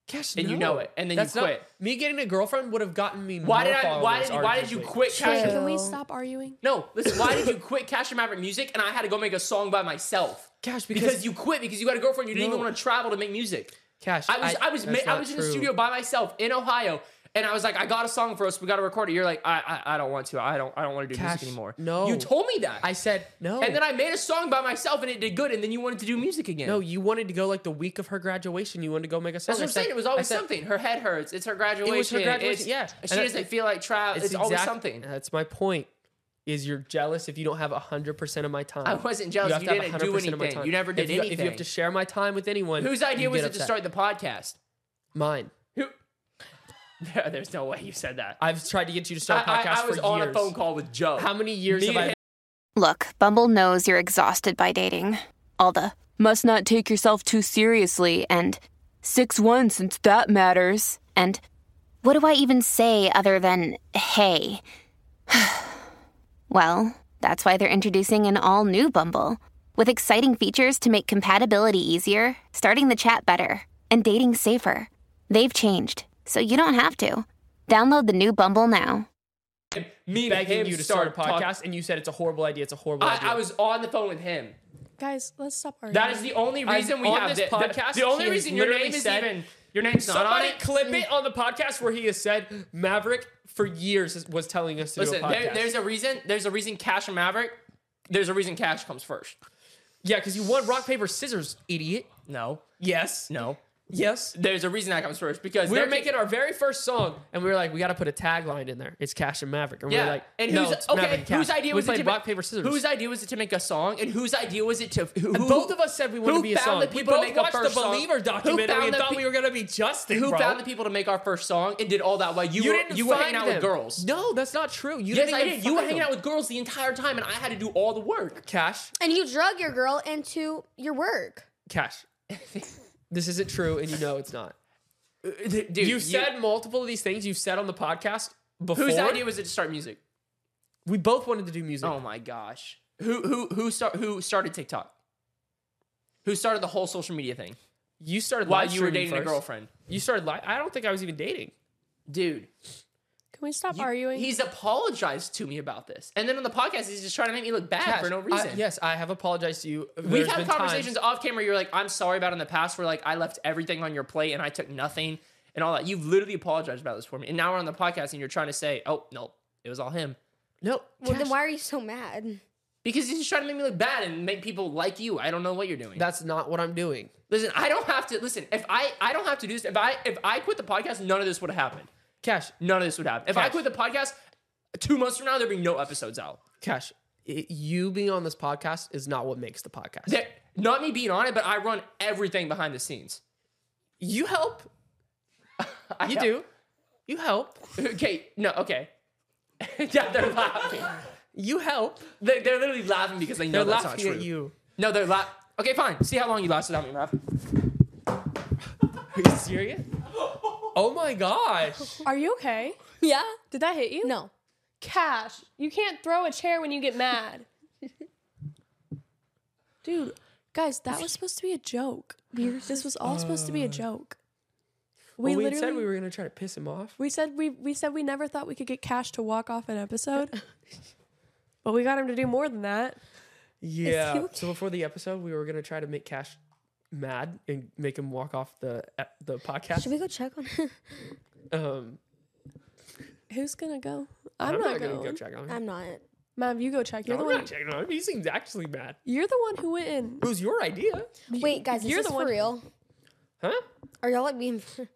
Speaker 6: Cash,
Speaker 4: and you
Speaker 6: no.
Speaker 4: know it, and then you
Speaker 6: That's not-
Speaker 4: quit.
Speaker 6: me getting a girlfriend would have gotten me.
Speaker 4: Why
Speaker 6: more
Speaker 4: did I? Why
Speaker 6: followers,
Speaker 4: did? Why did you
Speaker 6: arguably.
Speaker 4: quit Cash?
Speaker 7: Can
Speaker 4: and-
Speaker 7: we stop arguing?
Speaker 4: No, listen. Why did you quit Cash and Maverick Music, and I had to go make a song by myself?
Speaker 6: Cash,
Speaker 4: because,
Speaker 6: because-
Speaker 4: you quit because you got a girlfriend. You didn't
Speaker 6: No.
Speaker 4: even want to travel to make music.
Speaker 6: Cash,
Speaker 4: I was I, was ma-
Speaker 6: that's
Speaker 4: I
Speaker 6: not
Speaker 4: was in the
Speaker 6: true.
Speaker 4: studio by myself in Ohio, and I was like, I got a song for us. We got to record it. You're like, I I, I don't want to. I don't I don't want to do
Speaker 6: Cash,
Speaker 4: music anymore.
Speaker 6: no.
Speaker 4: you told me that.
Speaker 6: I said no,
Speaker 4: and then I made a song by myself, and it did good. And then you wanted to do music again.
Speaker 6: no. You wanted to go like the week of her graduation. You wanted to go make a song.
Speaker 4: That's what I'm
Speaker 6: I said-
Speaker 4: saying. It was
Speaker 6: I
Speaker 4: always
Speaker 6: said-
Speaker 4: something. Her head hurts. It's her graduation.
Speaker 6: graduation,
Speaker 4: It's,
Speaker 6: yeah.
Speaker 4: She
Speaker 6: And I-
Speaker 4: doesn't feel like travel. It's, always
Speaker 6: exact-
Speaker 4: something.
Speaker 6: That's my point. Is you're jealous if you don't have hundred percent of my time.
Speaker 4: I wasn't jealous.
Speaker 6: have
Speaker 4: You
Speaker 6: to
Speaker 4: didn't
Speaker 6: have
Speaker 4: do
Speaker 6: 100% of my
Speaker 4: anything.
Speaker 6: time.
Speaker 4: You never did
Speaker 6: if you, If you have
Speaker 4: anything.
Speaker 6: to share my time with anyone,
Speaker 4: Whose idea
Speaker 6: you
Speaker 4: was
Speaker 6: get
Speaker 4: it to
Speaker 6: upset.
Speaker 4: start the podcast?
Speaker 6: Mine.
Speaker 4: There- There's no way you said that.
Speaker 6: I've tried to get you
Speaker 4: I,
Speaker 6: to start a podcast
Speaker 4: I- I was
Speaker 6: for
Speaker 4: on
Speaker 6: years.
Speaker 4: a phone call with Joe.
Speaker 6: How many years
Speaker 4: Me
Speaker 6: have
Speaker 4: and
Speaker 6: I?
Speaker 4: him-
Speaker 11: Look, Bumble knows you're exhausted by dating. All the must not take yourself too seriously and 6 1 since that matters. And what do I even say other than hey? well, that's why they're introducing an all new Bumble with exciting features to make compatibility easier, starting the chat better, and dating safer. They've changed, so you don't have to. Download the new Bumble now.
Speaker 4: me and him
Speaker 6: begging you to start a
Speaker 4: talk-
Speaker 6: podcast, and you said it's a horrible idea. It's a horrible
Speaker 4: I,
Speaker 6: idea.
Speaker 4: I was on the phone with him.
Speaker 7: Guys, let's stop arguing.
Speaker 4: That is the only
Speaker 6: I'm
Speaker 4: reason we
Speaker 6: on
Speaker 4: have
Speaker 6: this
Speaker 4: thi- the-
Speaker 6: podcast,
Speaker 4: The, only
Speaker 6: he has
Speaker 4: reason your
Speaker 6: literally
Speaker 4: name is
Speaker 6: said-
Speaker 4: even your name's not on
Speaker 6: Somebody
Speaker 4: it.
Speaker 6: clip it on the podcast where he has said Maverick for years is- was telling us to
Speaker 4: Listen,
Speaker 6: do a podcast.
Speaker 4: there, there's a reason. There's a reason Cash and Maverick. There's a reason Cash comes first.
Speaker 6: yeah, because you won rock paper scissors, idiot.
Speaker 4: No,
Speaker 6: Yes,
Speaker 4: no.
Speaker 6: yes.
Speaker 4: There's a reason that comes first because
Speaker 6: We were
Speaker 4: they're
Speaker 6: making our very first song, and we were like, we got to put a tagline in there. It's Cash and Maverick, and we
Speaker 4: Yeah,
Speaker 6: were like,
Speaker 4: and
Speaker 6: no,
Speaker 4: whose
Speaker 6: it's
Speaker 4: okay?
Speaker 6: Maverick and Cash.
Speaker 4: Whose idea
Speaker 6: we
Speaker 4: was it
Speaker 6: played
Speaker 4: to
Speaker 6: rock
Speaker 4: make,
Speaker 6: paper scissors?
Speaker 4: Whose idea was it to make a song, and whose idea was it to? Who,
Speaker 6: And
Speaker 4: who-
Speaker 6: both of us said we wanted
Speaker 4: who
Speaker 6: to be a
Speaker 4: found
Speaker 6: song.
Speaker 4: The people
Speaker 6: we
Speaker 4: to
Speaker 6: both
Speaker 4: make
Speaker 6: watched
Speaker 4: our
Speaker 6: the
Speaker 4: first song?
Speaker 6: Believer
Speaker 4: Who
Speaker 6: documentary
Speaker 4: found
Speaker 6: and
Speaker 4: the
Speaker 6: thought
Speaker 4: pe-
Speaker 6: we were gonna be Justin.
Speaker 4: Who
Speaker 6: bro.
Speaker 4: found the people to make our first song and did all that while you,
Speaker 6: You
Speaker 4: were
Speaker 6: didn't
Speaker 4: you were
Speaker 6: find
Speaker 4: hanging out
Speaker 6: them.
Speaker 4: with girls?
Speaker 6: No, that's not true. You
Speaker 4: yes,
Speaker 6: didn't
Speaker 4: I
Speaker 6: even
Speaker 4: did. You were
Speaker 6: find
Speaker 4: hanging
Speaker 6: them.
Speaker 4: out with girls the entire time, and I had to do all the work.
Speaker 6: Cash.
Speaker 5: And you drug your girl into your work.
Speaker 6: Cash. this isn't true, and you know it's not.
Speaker 4: Uh, Dude,
Speaker 6: you've said multiple of these things you've said on the podcast before.
Speaker 4: whose idea was it to start music?
Speaker 6: we both wanted to do music.
Speaker 4: Oh my gosh, who who who start who started TikTok? Who started the whole social media thing
Speaker 6: You started
Speaker 4: while
Speaker 6: live
Speaker 4: you were
Speaker 6: streaming
Speaker 4: dating a
Speaker 6: first.
Speaker 4: girlfriend,
Speaker 6: You started live. I don't think I was even dating.
Speaker 4: dude?
Speaker 7: Can we stop
Speaker 4: you-
Speaker 7: arguing?
Speaker 4: He's apologized to me about this, and then on the podcast, he's just trying to make me look bad
Speaker 6: Cash,
Speaker 4: for no
Speaker 6: I-
Speaker 4: reason.
Speaker 6: yes, I have apologized to you.
Speaker 4: We've
Speaker 6: There's
Speaker 4: had
Speaker 6: been times-
Speaker 4: conversations off camera. You're like, I'm sorry about in the past where like I left everything on your plate and I took nothing and all that. You've literally apologized about this for me. And now we're on the podcast and you're trying to say, oh, no, it was all him.
Speaker 6: No.
Speaker 5: Well, then why are you so mad?
Speaker 6: Because you're just trying to make me look bad and make people like you. I don't know what you're doing.
Speaker 4: That's not what I'm doing.
Speaker 6: Listen, I don't have to listen. If I I don't have to do this. If I if I quit the podcast, none of this would have happened.
Speaker 4: Cash,
Speaker 6: none of this would happen. If I
Speaker 4: Cash.
Speaker 6: quit the podcast, two months from now there'd be no episodes out.
Speaker 4: Cash, i- you being on this podcast is not what makes the podcast.
Speaker 6: There- not me being on it, but I run everything behind the scenes.
Speaker 4: You help. you do. You help.
Speaker 6: Okay, no, okay. yeah, they're laughing.
Speaker 4: You help.
Speaker 6: They, they're literally laughing because they know
Speaker 4: They're
Speaker 6: that's
Speaker 4: laughing
Speaker 6: not true.
Speaker 4: at you.
Speaker 6: No, they're laughing. Okay, fine. See how long you last without me laughing.
Speaker 4: Are you serious? Oh my gosh.
Speaker 7: Are you okay?
Speaker 5: Yeah.
Speaker 7: Did that hit you?
Speaker 5: No.
Speaker 7: Cash, you can't throw a chair when you get mad. Dude, guys, that was supposed to be a joke. This was all supposed to be a joke.
Speaker 4: We,
Speaker 7: We
Speaker 4: well, we said
Speaker 7: literally-
Speaker 4: we were gonna try to piss him off.
Speaker 7: We said we we said we never thought we could get Cash to walk off an episode. but we got him to do more than that.
Speaker 4: Yeah.
Speaker 7: he okay?
Speaker 4: So before the episode, we were gonna try to make Cash mad and make him walk off the ep- the podcast.
Speaker 5: Should we go check on him?
Speaker 4: Um,
Speaker 7: Who's gonna go?
Speaker 4: I'm,
Speaker 7: I'm,
Speaker 4: not, gonna go
Speaker 7: going.
Speaker 4: check on him.
Speaker 5: I'm not.
Speaker 7: Mav, you go check. You're
Speaker 4: No,
Speaker 7: the
Speaker 4: I'm
Speaker 7: one.
Speaker 4: not checking on him. He seems actually mad.
Speaker 7: You're the one who went in.
Speaker 4: It was your idea,
Speaker 5: Wait, guys, is
Speaker 7: You're
Speaker 5: this
Speaker 7: the
Speaker 5: for
Speaker 7: one-
Speaker 5: real?
Speaker 4: huh?
Speaker 5: Are y'all like being?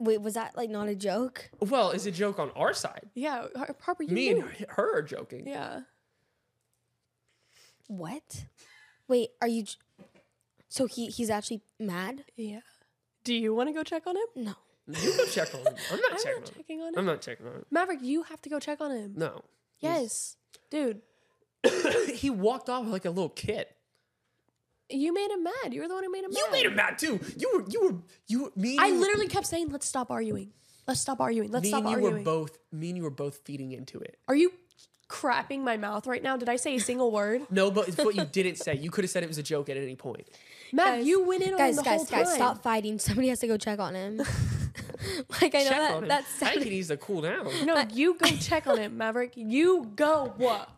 Speaker 5: Wait, was that like not a joke?
Speaker 4: Well, it's a joke on our side.
Speaker 7: Yeah, Har- Harper, you
Speaker 4: Me and
Speaker 7: knew.
Speaker 4: her are joking.
Speaker 7: Yeah.
Speaker 5: What? Wait, are you? j- So he he's actually mad?
Speaker 7: Yeah. Do you want to go check on him?
Speaker 5: No.
Speaker 4: You go check on him. I'm not
Speaker 7: I'm
Speaker 4: checking
Speaker 7: not
Speaker 4: on him.
Speaker 7: checking on him.
Speaker 4: I'm not checking on him.
Speaker 7: Maverick, you have to go check on him.
Speaker 4: No.
Speaker 7: Yes. Dude,
Speaker 4: he walked off like a little kid.
Speaker 7: you made him mad. You were the one who made him mad.
Speaker 4: You made him mad too. You were you were you were- me. and
Speaker 7: I
Speaker 4: you-
Speaker 7: literally kept saying, let's stop arguing. Let's stop arguing. Let's
Speaker 4: me
Speaker 7: stop
Speaker 4: and you
Speaker 7: arguing.
Speaker 4: were both me and you were both feeding into it.
Speaker 7: Are you crapping my mouth right now? Did I say a single word?
Speaker 4: No, but it's what you didn't say. You could have said it was a joke at any point.
Speaker 7: Matt, you went in
Speaker 5: Guys,
Speaker 7: on the
Speaker 5: guys,
Speaker 7: whole time.
Speaker 5: guys, stop fighting. Somebody has to go check on him. like I
Speaker 4: Check
Speaker 5: know that
Speaker 4: on him.
Speaker 5: that's
Speaker 4: I think he needs to cool down.
Speaker 7: No, you go check on him, Maverick. You go what?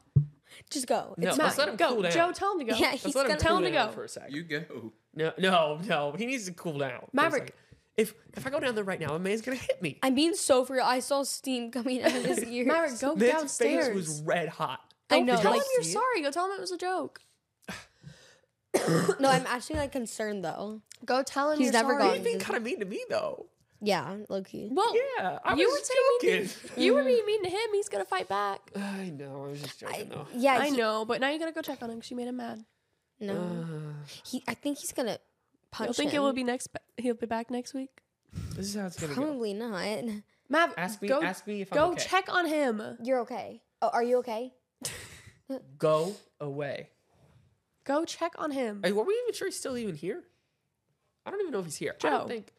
Speaker 5: just go.
Speaker 4: No,
Speaker 5: It's
Speaker 4: let's
Speaker 5: fine.
Speaker 4: let him
Speaker 7: Go.
Speaker 4: cool down.
Speaker 7: Joe, tell him to go.
Speaker 5: Yeah,
Speaker 4: let's
Speaker 5: he's
Speaker 4: let him
Speaker 5: gonna
Speaker 4: cool
Speaker 7: tell him to
Speaker 4: down
Speaker 7: go.
Speaker 4: for a second.
Speaker 3: You go.
Speaker 4: No, no, no. He needs to cool down. for a
Speaker 7: Maverick.
Speaker 4: second. If if I go down there right now, the man's gonna hit me.
Speaker 5: I'm being so for real. I saw steam coming out of his ears.
Speaker 7: Maverick, go
Speaker 4: Man's
Speaker 7: downstairs.
Speaker 4: face was red hot.
Speaker 5: I
Speaker 7: Go
Speaker 5: know,
Speaker 7: Tell
Speaker 5: like-
Speaker 7: him you're sorry. Go tell him it was a joke.
Speaker 5: no, I'm actually like concerned though.
Speaker 7: Go tell him
Speaker 5: He's
Speaker 7: you're
Speaker 5: never
Speaker 7: sorry.
Speaker 5: gone.
Speaker 4: Being kind of mean to me though.
Speaker 5: Yeah, low key.
Speaker 7: Well,
Speaker 4: Yeah, I
Speaker 7: you
Speaker 4: was
Speaker 7: were saying mean to-
Speaker 4: joking.
Speaker 7: you were being mean to him. He's gonna fight back.
Speaker 4: I know. I was just joking though.
Speaker 5: Yeah,
Speaker 7: I
Speaker 5: he-
Speaker 7: know, but now you gotta go check on him because you made him mad.
Speaker 5: No, he. I think he's gonna
Speaker 7: I
Speaker 5: punch.
Speaker 7: don't think it
Speaker 5: him.
Speaker 7: will be next. He'll be back next week.
Speaker 4: This is how it's gonna go.
Speaker 5: Probably not.
Speaker 7: Mav,
Speaker 4: Ask me-
Speaker 7: Go,
Speaker 4: ask me if I'm
Speaker 7: go
Speaker 4: okay.
Speaker 7: check on him.
Speaker 5: You're okay. Oh, are you okay?
Speaker 4: Go away.
Speaker 7: Go check on him.
Speaker 4: Hey, were we even sure he's still even here? I don't even know if he's here. I
Speaker 7: Joe.
Speaker 4: don't think.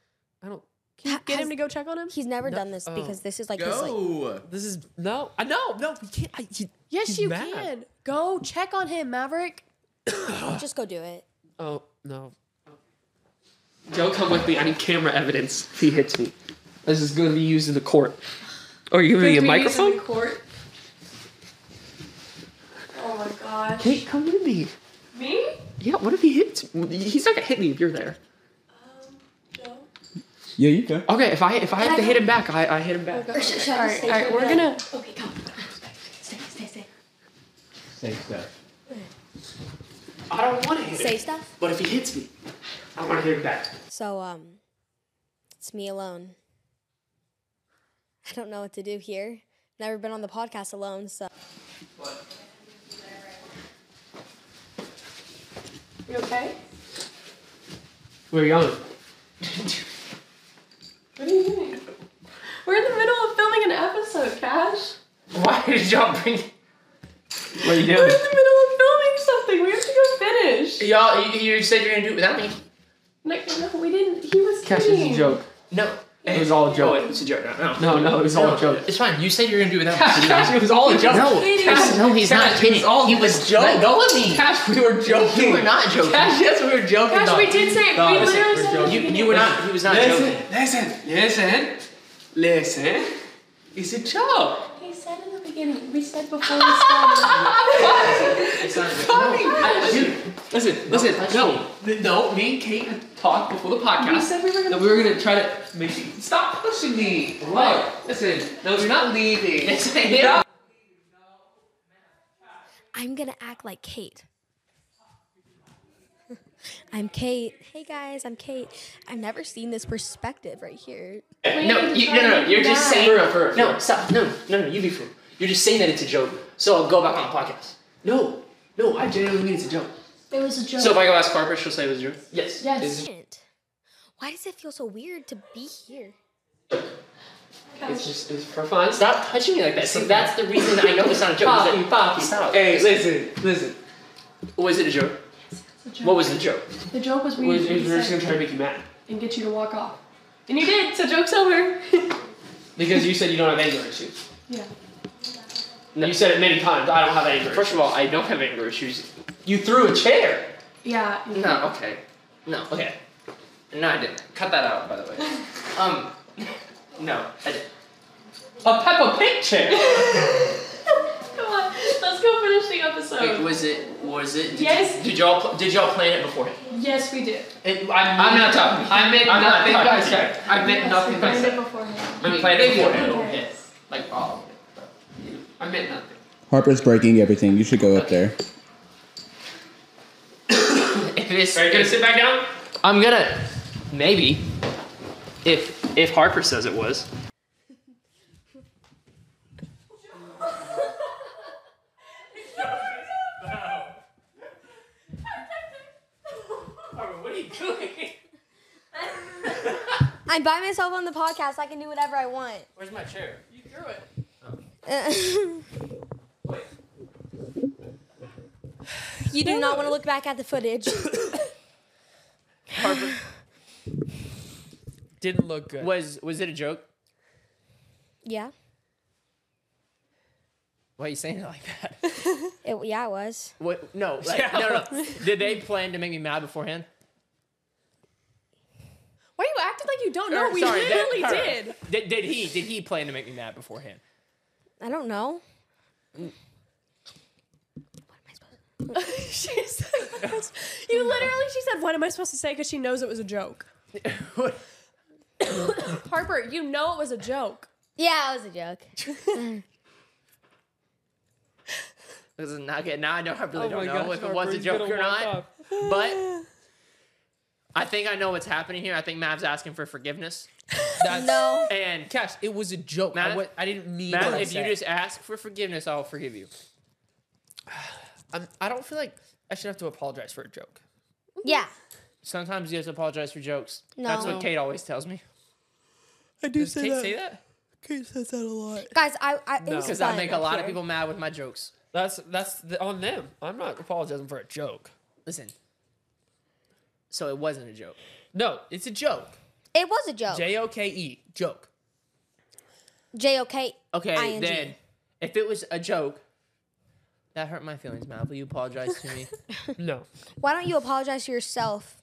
Speaker 4: I don't.
Speaker 7: Can you get
Speaker 5: Has-
Speaker 7: him to go check on him?
Speaker 5: He's never
Speaker 4: No-
Speaker 5: done this
Speaker 4: oh.
Speaker 5: because this is like his like.
Speaker 3: Go.
Speaker 4: This is no. I no no. We can't. I, he,
Speaker 7: yes,
Speaker 4: he's
Speaker 7: you
Speaker 4: mad.
Speaker 7: can. Go check on him, Maverick.
Speaker 5: Just go do it.
Speaker 4: Oh no. Joe, come with me. I need camera evidence. If he hits me, this is going to be used in the court. Or are you giving me a microphone?
Speaker 7: court. Oh my gosh.
Speaker 4: Hey, come with me.
Speaker 7: Me?
Speaker 4: Yeah. What if he hits? He's not gonna hit me if you're there.
Speaker 3: Yeah, you go.
Speaker 4: Okay. If I if I have to hit him back, I, I hit him back.
Speaker 7: All right, all right, we're gonna.
Speaker 3: Say stuff.
Speaker 4: I don't want to hit
Speaker 5: Say
Speaker 4: him.
Speaker 5: stuff.
Speaker 4: But if he hits me, I want to hit him back.
Speaker 5: So um, it's me alone. I don't know what to do here. Never been on the podcast alone, so
Speaker 7: You okay?
Speaker 4: Where are you going?
Speaker 7: What are you doing? We're in the middle of filming an episode, Cash.
Speaker 4: Why did y'all bring? What are you doing?
Speaker 7: the middle of filming something. We have to go finish.
Speaker 6: Y'all, you, you said you're gonna do it without me.
Speaker 7: No, no, we didn't. He was
Speaker 4: Cash, this is a joke.
Speaker 6: No,
Speaker 4: Oh, It was all a
Speaker 6: no,
Speaker 4: joke.
Speaker 6: it's a joke. No, no.
Speaker 4: No, no, it was all a joke.
Speaker 6: It's fine. You said you're gonna do it without me.
Speaker 4: Cash, it was all a joke.
Speaker 6: No, Cash, no, he's not
Speaker 4: Cash, it was
Speaker 6: kidding.
Speaker 4: all
Speaker 6: he
Speaker 4: a
Speaker 6: was
Speaker 4: joke.
Speaker 6: Let go of me.
Speaker 4: Cash, we were joking.
Speaker 6: You were not joking.
Speaker 4: Cash, yes, we were joking.
Speaker 7: Cash,
Speaker 4: No.
Speaker 7: we did say it.
Speaker 4: No,
Speaker 7: we
Speaker 4: listen,
Speaker 7: literally
Speaker 4: we're
Speaker 7: said
Speaker 4: joking.
Speaker 7: it.
Speaker 6: You, you were not. He was not joking.
Speaker 4: listen, listen, listen. It's a joke.
Speaker 7: He said in the beginning. We said before we started.
Speaker 6: It's not a joke.
Speaker 4: Funny.
Speaker 6: Dude, listen, listen.
Speaker 4: No, th- no. Me and Kate had talked before the podcast.
Speaker 7: We said we were gonna-
Speaker 4: that we were gonna try to make. Stop pushing me. What? Listen. No, you're not leaving.
Speaker 6: Yes, I am.
Speaker 5: I'm gonna act like Kate. I'm Kate. Hey guys, I'm Kate. I've never seen this perspective right here.
Speaker 4: No, you, no, no, no. You're just saying.
Speaker 6: For real, for real, for
Speaker 4: no,
Speaker 6: real.
Speaker 4: stop. No, no, no. You be fool. You're just saying that it's a joke. So I'll go back on the podcast. No, no. I genuinely mean it's a joke.
Speaker 5: It was a joke.
Speaker 4: So if I go ask Barbara, she'll say it was a joke. Yes.
Speaker 5: Yes. Why does it feel so weird to be here?
Speaker 4: It's just it's for fun. Stop touching me like that. See, that's the reason I know it's not a joke.
Speaker 6: Poppy,
Speaker 4: is that-
Speaker 6: Poppy.
Speaker 4: Stop.
Speaker 6: Hey,
Speaker 4: It's-
Speaker 6: listen, listen.
Speaker 4: Was it a joke? What was the joke?
Speaker 7: The joke was we
Speaker 6: We're
Speaker 7: need to be
Speaker 6: we're just
Speaker 7: safe
Speaker 6: gonna try to make you mad
Speaker 7: and get you to walk off, and you did. So joke's over.
Speaker 6: because you said you don't have anger issues.
Speaker 7: yeah.
Speaker 6: You said it many times. I don't have anger.
Speaker 4: First of all, I don't have anger issues. You threw a chair.
Speaker 7: Yeah.
Speaker 4: No. Okay. No. Okay. No, I didn't. Cut that out, by the way. Um. No, I didn't. A Peppa Pig chair.
Speaker 7: Come on, let's go finish the episode.
Speaker 4: Wait, was it? Was it? Did
Speaker 7: Yes.
Speaker 4: You, did y'all pl- did y'all plan it beforehand?
Speaker 7: Yes, we did.
Speaker 4: I'm, not talking. I meant
Speaker 6: I'm not
Speaker 4: nothing
Speaker 6: talking
Speaker 4: by
Speaker 6: to you.
Speaker 4: sex. I meant
Speaker 7: Yes,
Speaker 4: nothing
Speaker 7: we
Speaker 4: by
Speaker 7: planned
Speaker 4: sex.
Speaker 7: it beforehand.
Speaker 4: We planned it beforehand.
Speaker 7: Okay.
Speaker 4: Like all of it. But, you know, I meant nothing.
Speaker 8: Harper's breaking everything. You should go up there.
Speaker 4: If it's, Are you gonna sit back down? I'm gonna maybe if if Harper says it was.
Speaker 6: what are you doing?
Speaker 5: I'm by myself on the podcast. I can do whatever I want.
Speaker 4: Where's my chair? You threw it.
Speaker 5: you do not want to look back at the footage.
Speaker 4: Didn't look good. Was was it a joke?
Speaker 5: yeah.
Speaker 4: Why are you saying it like that?
Speaker 5: It, yeah, it was.
Speaker 4: What? No, like, no, no. Did they plan to make me mad beforehand?
Speaker 7: Why you acted like you don't know?
Speaker 4: Or,
Speaker 7: we
Speaker 4: sorry, that-
Speaker 7: literally
Speaker 4: her.
Speaker 7: did.
Speaker 4: did. Did he? Did he plan to make me mad beforehand?
Speaker 5: I don't know.
Speaker 7: she said, "You literally." She said, "What am I supposed to say?" Because she knows it was a joke. Harper, you know it was a joke.
Speaker 5: Yeah, it was a joke.
Speaker 4: This is not good. Now I don't. I really
Speaker 6: Oh
Speaker 4: don't
Speaker 6: my
Speaker 4: know
Speaker 6: gosh,
Speaker 4: if it was a
Speaker 6: Harper's
Speaker 4: joke
Speaker 6: gonna
Speaker 4: or
Speaker 6: walk
Speaker 4: not. But I think I know what's happening here. I think Mav's asking for forgiveness. That's, no. And Cash, it was a joke.
Speaker 12: I wa- I didn't mean
Speaker 4: Matt,
Speaker 12: what I
Speaker 4: if you
Speaker 12: said.
Speaker 4: just ask for forgiveness, I'll forgive you.
Speaker 12: I'm, I don't feel like I should have to apologize for a joke.
Speaker 5: yeah.
Speaker 4: Sometimes you have to apologize for jokes.
Speaker 5: No.
Speaker 4: That's what
Speaker 5: No.
Speaker 4: Kate always tells me.
Speaker 12: I do
Speaker 4: Does say Kate that. say that?
Speaker 12: Kate says that a lot.
Speaker 5: Guys, I, I it was
Speaker 4: Because I
Speaker 5: fun
Speaker 4: make a
Speaker 5: up
Speaker 4: lot of
Speaker 5: here.
Speaker 4: people mad with my jokes.
Speaker 12: That's that's the, on them. I'm not apologizing for a joke.
Speaker 4: Listen. So it wasn't a joke.
Speaker 12: No, it's a joke.
Speaker 5: It was a joke.
Speaker 12: J O K E joke.
Speaker 5: J O K.
Speaker 4: Okay,
Speaker 5: I N G.
Speaker 4: then if it was a joke, that hurt my feelings, Matt. Will you apologize to me?
Speaker 12: no.
Speaker 5: Why don't you apologize to yourself?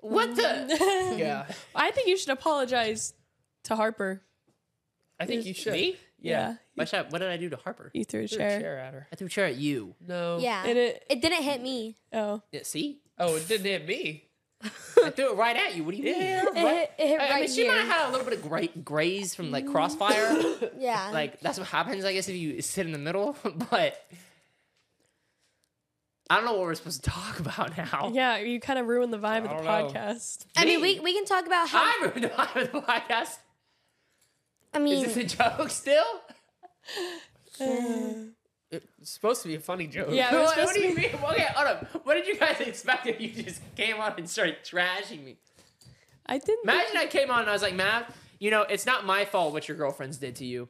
Speaker 4: What the?
Speaker 12: yeah.
Speaker 7: I think you should apologize to Harper.
Speaker 12: I think you should.
Speaker 4: Me?
Speaker 7: Yeah.
Speaker 4: Why should I- what did I do to Harper?
Speaker 7: You threw a
Speaker 12: Threw a
Speaker 7: chair.
Speaker 12: chair at her.
Speaker 4: I threw a chair at you.
Speaker 12: No.
Speaker 5: Yeah.
Speaker 7: And it-
Speaker 5: didn't hit me.
Speaker 7: Oh.
Speaker 4: Yeah, see?
Speaker 12: Oh, it didn't hit me.
Speaker 4: I threw it right at you. What do you mean?
Speaker 12: Yeah,
Speaker 5: It hit, it hit
Speaker 4: I-
Speaker 5: right
Speaker 4: I mean, she
Speaker 5: here.
Speaker 4: might have had a little bit of gra- graze from like crossfire.
Speaker 5: yeah.
Speaker 4: like that's what happens, I guess, if you sit in the middle. but I don't know what we're supposed to talk about now.
Speaker 7: Yeah, you kind of ruined the vibe of
Speaker 4: I
Speaker 7: the
Speaker 4: don't know.
Speaker 7: podcast.
Speaker 5: I mean, we, we can talk about how.
Speaker 4: I ruined the vibe of the podcast.
Speaker 5: I mean,
Speaker 4: Is this a joke still?
Speaker 12: Uh, It's supposed to be a funny joke.
Speaker 4: What- what, do you mean? Okay, hold up. What did you guys expect if you just came on and started trashing me?
Speaker 7: I didn't.
Speaker 4: Imagine I came on and I was like, Matt, you know, it's not my fault what your girlfriends did to you.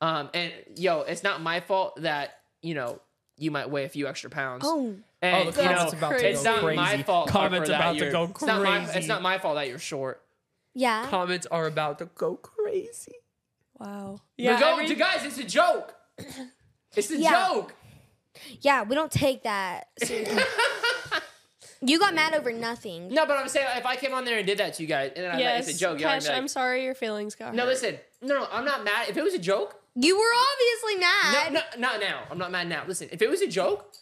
Speaker 4: Um, and yo, it's not my fault that, you know, you might weigh a few extra pounds.
Speaker 5: Oh.
Speaker 4: and,
Speaker 12: Oh, the
Speaker 4: you know,
Speaker 12: comments about to
Speaker 4: it's
Speaker 12: go
Speaker 4: not my
Speaker 12: crazy.
Speaker 4: fault. Harper,
Speaker 12: Comments
Speaker 4: that
Speaker 12: about to
Speaker 4: you're-
Speaker 12: go
Speaker 4: It's not, my, it's
Speaker 12: crazy.
Speaker 4: not my fault that you're short.
Speaker 5: yeah.
Speaker 12: Comments are about to go crazy.
Speaker 7: Wow.
Speaker 4: Yeah,
Speaker 7: Yeah.
Speaker 4: go,
Speaker 7: every-
Speaker 4: to guys, it's a joke. It's a
Speaker 5: Yeah.
Speaker 4: joke.
Speaker 5: Yeah, we don't take that. seriously. you got mad over nothing.
Speaker 4: No, but I'm saying if I came on there and did that to you guys, and I was like,
Speaker 7: yes.
Speaker 4: it's a joke. y'all would
Speaker 7: Kesh,
Speaker 4: be like,
Speaker 7: I'm sorry your feelings got
Speaker 4: No,
Speaker 7: hurt.
Speaker 4: listen. No, no, I'm not mad. If it was a joke,
Speaker 5: You were obviously
Speaker 4: no,
Speaker 5: mad.
Speaker 4: no, not now. I'm not mad now. Listen, if it was a joke,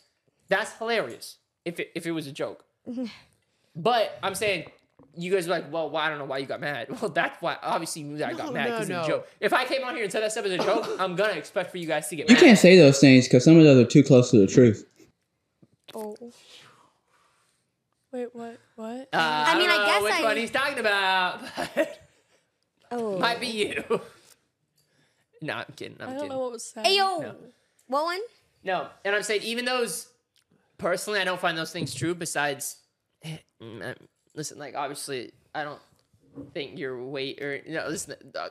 Speaker 4: that's hilarious. If it, if it was a joke, but I'm saying you guys are like, well, why I don't know why you got mad. Well, that's why obviously you knew that I got
Speaker 12: No, no,
Speaker 4: mad because it was a
Speaker 12: no.
Speaker 4: joke. If I came on here and said that stuff as a joke, I'm gonna expect for you guys to get
Speaker 8: You
Speaker 4: mad.
Speaker 8: can't say those things because some of those are too close to the truth.
Speaker 5: Oh.
Speaker 7: Wait, what? What?
Speaker 4: Uh, I, mean, I guess which
Speaker 7: I-
Speaker 4: one he's talking about. but
Speaker 5: Oh.
Speaker 4: Might be you. no, I'm kidding. I'm
Speaker 7: I don't
Speaker 4: kidding.
Speaker 7: know what was said.
Speaker 5: Ayo.
Speaker 4: No.
Speaker 5: What one?
Speaker 4: No, and I'm saying even those. Personally, I don't find those things true. Besides, mm, I- listen, like obviously, I don't think your weight or no, listen, uh,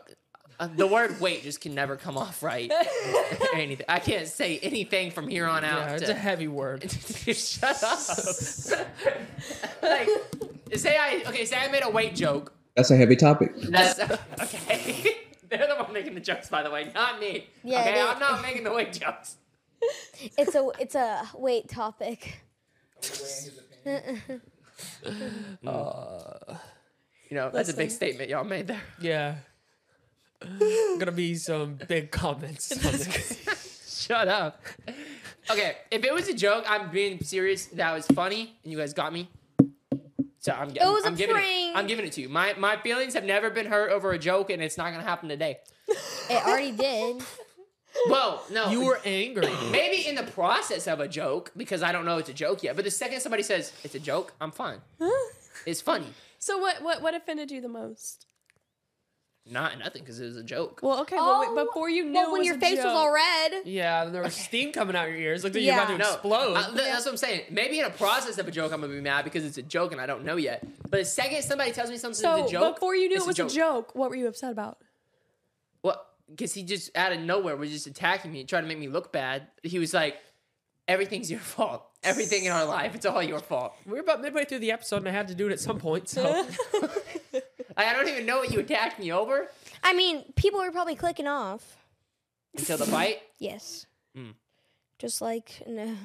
Speaker 4: uh, the word weight just can never come off right. or anything. I can't say anything from here on out.
Speaker 12: Yeah, it's
Speaker 4: to-
Speaker 12: a heavy word.
Speaker 4: Shut up. like, say I okay. Say I made a weight joke.
Speaker 13: That's a heavy topic.
Speaker 4: That's okay. They're the one making the jokes, by the way, not me.
Speaker 5: Yeah,
Speaker 4: okay,
Speaker 5: they-
Speaker 4: I'm not making the weight jokes.
Speaker 5: It's a it's a weight topic.
Speaker 12: Uh,
Speaker 4: you know, that's a big statement y'all made there.
Speaker 12: Yeah. Gonna be some big comments. on this.
Speaker 4: Shut up. Okay, if it was a joke, I'm being serious. That was funny, and you guys got me. So I'm,
Speaker 5: It was
Speaker 4: I'm
Speaker 5: a
Speaker 4: giving it.
Speaker 5: prank.
Speaker 4: I'm giving it to you. My my feelings have never been hurt over a joke, and it's not gonna happen today.
Speaker 5: It already did.
Speaker 4: Well, no.
Speaker 12: You were angry.
Speaker 4: Maybe in the process of a joke, because I don't know it's a joke yet. But the second somebody says it's a joke, I'm fine. it's funny.
Speaker 7: So what? What? What offended you the most?
Speaker 4: Not nothing, because it was a joke.
Speaker 7: Well, okay. Oh, well, wait, before you knew,
Speaker 5: well,
Speaker 7: it
Speaker 5: when
Speaker 7: was
Speaker 5: your
Speaker 7: a
Speaker 5: face was
Speaker 7: joke.
Speaker 5: all red.
Speaker 12: yeah, and there was steam coming out your ears. Looked like you're about to
Speaker 4: No,
Speaker 12: explode.
Speaker 4: I- Uh, th- that's what I'm saying. Maybe in a process of a joke, I'm gonna be mad because it's a joke and I don't know yet. But the second somebody tells me something's
Speaker 7: So
Speaker 4: a joke,
Speaker 7: before you knew
Speaker 4: it's
Speaker 7: it was a joke. what were you upset about?
Speaker 4: Well, because he just out of nowhere was just attacking me, trying to make me look bad. He was like, "Everything's your fault. Everything in our life, it's all your fault."
Speaker 12: We were about midway through the episode, and I had to do it at some point. So
Speaker 4: Like, I don't even know what you attacked me over
Speaker 5: I mean, people were probably clicking off.
Speaker 4: until the fight.
Speaker 5: Yes.
Speaker 4: Mm.
Speaker 5: Just like no.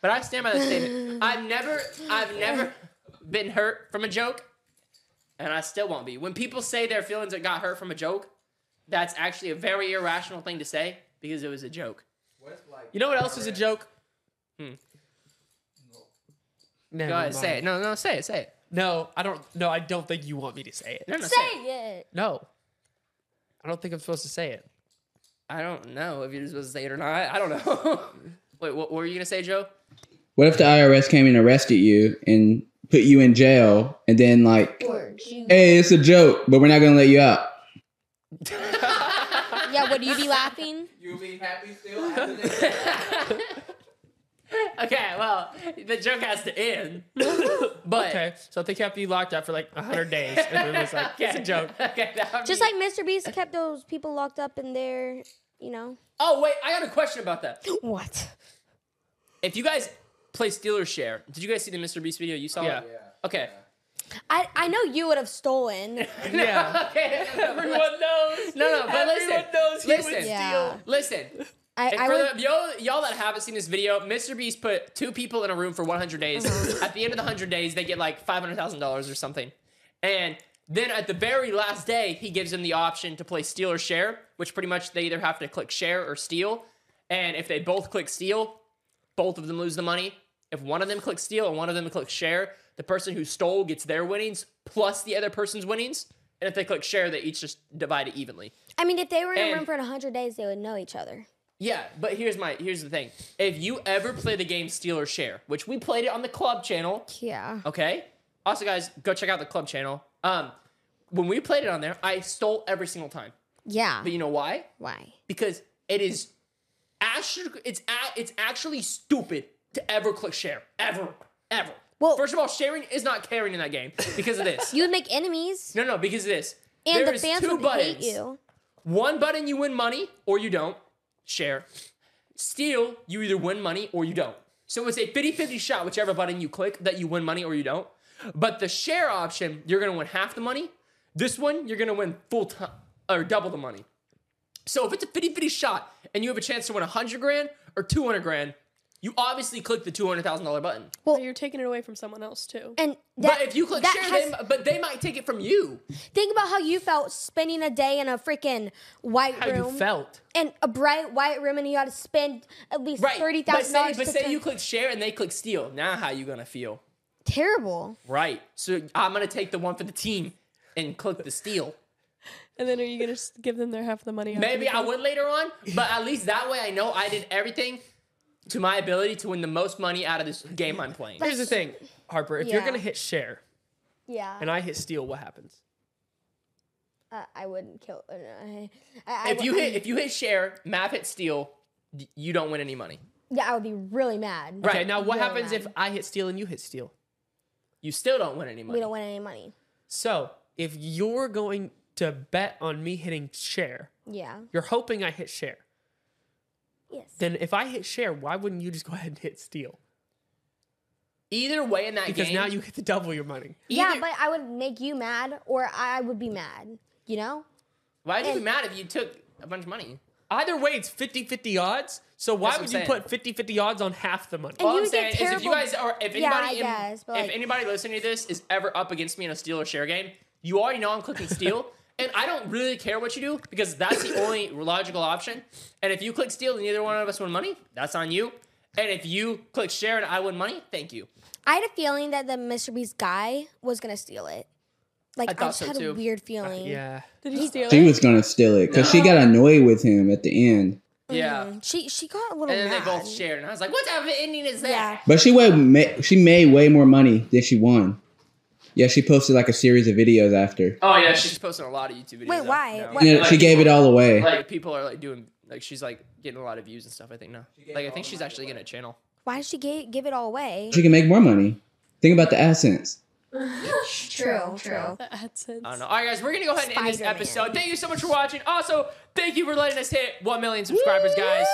Speaker 4: But I stand by that statement. I've never, I've never been hurt from a joke, and I still won't be. When people say their feelings that got hurt from a joke, that's actually a very irrational thing to say because it was a joke.
Speaker 12: you know what else was a joke?
Speaker 4: Hmm.
Speaker 12: Never
Speaker 4: Go ahead, say
Speaker 12: mind.
Speaker 4: it. No, no, say it, say it.
Speaker 12: No, I don't. No, I don't think you want me to say it.
Speaker 4: No, no,
Speaker 5: Say it.
Speaker 12: No. I don't think I'm supposed to say it.
Speaker 4: I don't know if you're supposed to say it or not. I don't know. Wait, what, what were you gonna say, Joe?
Speaker 13: What if the IRS came and arrested you and put you in jail and then like hey, it's a joke, but we're not gonna let you out.
Speaker 5: Yeah, would you be laughing?
Speaker 8: You'll be happy still after
Speaker 4: Okay, well, the joke has to end. But
Speaker 12: okay, so I think you have to be locked up for like hundred days, and it was like it's a joke.
Speaker 4: Okay, that would
Speaker 5: Just
Speaker 4: be-
Speaker 5: like Mr. Beast kept those people locked up in there, you know.
Speaker 4: Oh wait, I got a question about that.
Speaker 5: What?
Speaker 4: If you guys play Steelers share, did you guys see the Mr. Beast video? You saw
Speaker 12: Yeah.
Speaker 4: it? Okay.
Speaker 5: I I know you would have stolen.
Speaker 4: Yeah. okay. Everyone knows. No, no, but listen.
Speaker 12: Everyone knows he would
Speaker 4: listen.
Speaker 12: steal. Yeah.
Speaker 4: Listen.
Speaker 5: I,
Speaker 4: And
Speaker 5: I
Speaker 4: for
Speaker 5: would.
Speaker 4: the, y'all, y'all that haven't seen this video, Mr. Beast put two people in a room for 100 days. at the end of the 100 days, they get like $500,000 or something. And then at the very last day, he gives them the option to play steal or share, which pretty much they either have to click share or steal. And if they both click steal, both of them lose the money. If one of them clicks steal and one of them clicks share, the person who stole gets their winnings plus the other person's winnings. And if they click share, they each just divide it evenly.
Speaker 5: I mean, if they were in a
Speaker 4: And-
Speaker 5: room for hundred days, they would know each other.
Speaker 4: Yeah, but here's my here's the thing. If you ever play the game Steal or Share, which we played it on the club channel,
Speaker 5: Yeah.
Speaker 4: okay? Also, guys, go check out the club channel. Um, when we played it on there, I stole every single time.
Speaker 5: Yeah.
Speaker 4: But you know why?
Speaker 5: Why?
Speaker 4: Because it is actually it's a, it's actually stupid to ever click share ever ever. Well, first of all, sharing is not caring in that game because of this.
Speaker 5: You would make enemies,
Speaker 4: no, no, because of this.
Speaker 5: and
Speaker 4: There
Speaker 5: the
Speaker 4: is
Speaker 5: fans
Speaker 4: two
Speaker 5: would
Speaker 4: buttons.
Speaker 5: hate you.
Speaker 4: One button, you win money or you don't. Share. Steal, you either win money or you don't. So it's a 50 50 shot, whichever button you click, that you win money or you don't. But the share option, you're going to win half the money. This one, you're going to win full time or double the money. So if it's a 50 50 shot and you have a chance to win 100 grand or 200 grand, you obviously click the $200,000 button.
Speaker 7: Well, you're taking it away from someone else too.
Speaker 5: And
Speaker 4: but if you click
Speaker 5: that
Speaker 4: share,
Speaker 5: has-
Speaker 4: they, m- but they might take it from you.
Speaker 5: Think about how you felt spending a day in a freaking white
Speaker 4: How you
Speaker 5: room.
Speaker 4: felt.
Speaker 5: In a bright white room, and you had to spend at least
Speaker 4: Right.
Speaker 5: thirty
Speaker 4: But
Speaker 5: thousand
Speaker 4: say,
Speaker 5: dollars.
Speaker 4: but say you click share and they click steal. Now how you going to feel?
Speaker 5: terrible.
Speaker 4: Right. So I'm gonna take the one for the team and click the steal.
Speaker 7: And then are you gonna s- give them their half of the money? after
Speaker 4: Maybe
Speaker 7: the
Speaker 4: I
Speaker 7: game?
Speaker 4: would later on, but at least that way I know I did everything to my ability to win the most money out of this game I'm playing.
Speaker 12: Here's the thing, Harper. If you're
Speaker 5: Yeah.
Speaker 12: gonna hit share
Speaker 5: Yeah.
Speaker 12: and I hit steal, what happens?
Speaker 5: uh, I wouldn't kill. uh, I, I,
Speaker 4: If you hit if you hit share, Mav hit steal, y- you don't win any money.
Speaker 5: yeah, I would be really mad.
Speaker 12: Okay, now what
Speaker 5: Really
Speaker 12: happens
Speaker 5: mad.
Speaker 12: if I hit steal and you hit steal?
Speaker 4: You still don't win any
Speaker 5: we don't win any money?
Speaker 12: So if you're going to bet on me hitting share,
Speaker 5: Yeah.
Speaker 12: you're hoping I hit share.
Speaker 5: Yes.
Speaker 12: Then if I hit share, why wouldn't you just go ahead and hit steal?
Speaker 4: Either way in that
Speaker 12: because
Speaker 4: game-
Speaker 12: now you get to double your money.
Speaker 5: Yeah, but I would make you mad, or I would be mad. You know.
Speaker 4: Why'd you be
Speaker 5: And-
Speaker 4: mad if you took a bunch of money?
Speaker 12: Either way, it's 50 50 odds. So why
Speaker 4: That's
Speaker 12: would
Speaker 4: what
Speaker 12: you
Speaker 4: I'm saying.
Speaker 12: put 50 50 odds on half the money?
Speaker 4: All I'm saying is if you guys are if
Speaker 5: Yeah, I
Speaker 4: anybody in-
Speaker 5: guess, but,
Speaker 4: if
Speaker 5: like-
Speaker 4: anybody listening to this is ever up against me in a steal or share game, you already know I'm clicking steal. And I don't really care what you do because that's the only logical option. And if you click steal and neither one of us win money, that's on you. And if you click share and I win money, thank you.
Speaker 5: I had a feeling that the Mr. Beast guy was gonna steal it. Like
Speaker 4: I
Speaker 5: I,
Speaker 4: thought
Speaker 5: just
Speaker 4: so
Speaker 5: had
Speaker 4: too.
Speaker 5: a weird feeling.
Speaker 12: yeah.
Speaker 7: Did he steal
Speaker 13: She was gonna steal it because she got annoyed with him at the end.
Speaker 4: Yeah.
Speaker 5: She she got a little
Speaker 4: And then
Speaker 5: mad.
Speaker 4: they both shared and I was like, what type of ending is that?
Speaker 13: But she way ma- she made way more money than she won. Yeah, she posted like a series of videos after.
Speaker 4: Oh yeah, she's posting a lot of YouTube videos.
Speaker 5: Wait,
Speaker 4: out
Speaker 5: why?
Speaker 4: now.
Speaker 13: Why- Yeah, she gave it all away.
Speaker 4: Like people are like doing like she's like getting a lot of views and stuff. I think now. Like I think she's actually getting a channel.
Speaker 5: Why did she give, give it all away?
Speaker 13: She can make more money. Think about the AdSense.
Speaker 5: true, true.
Speaker 4: I don't know. All right, guys, we're gonna go ahead and end this episode. Thank you so much for watching. Also, thank you for letting us hit 1 million subscribers, guys.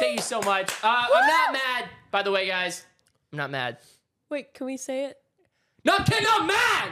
Speaker 4: Thank you so much. Uh, I'm not mad, by the way, guys. I'm not mad.
Speaker 7: Wait, can we say it?
Speaker 4: Not kidding, I'm mad.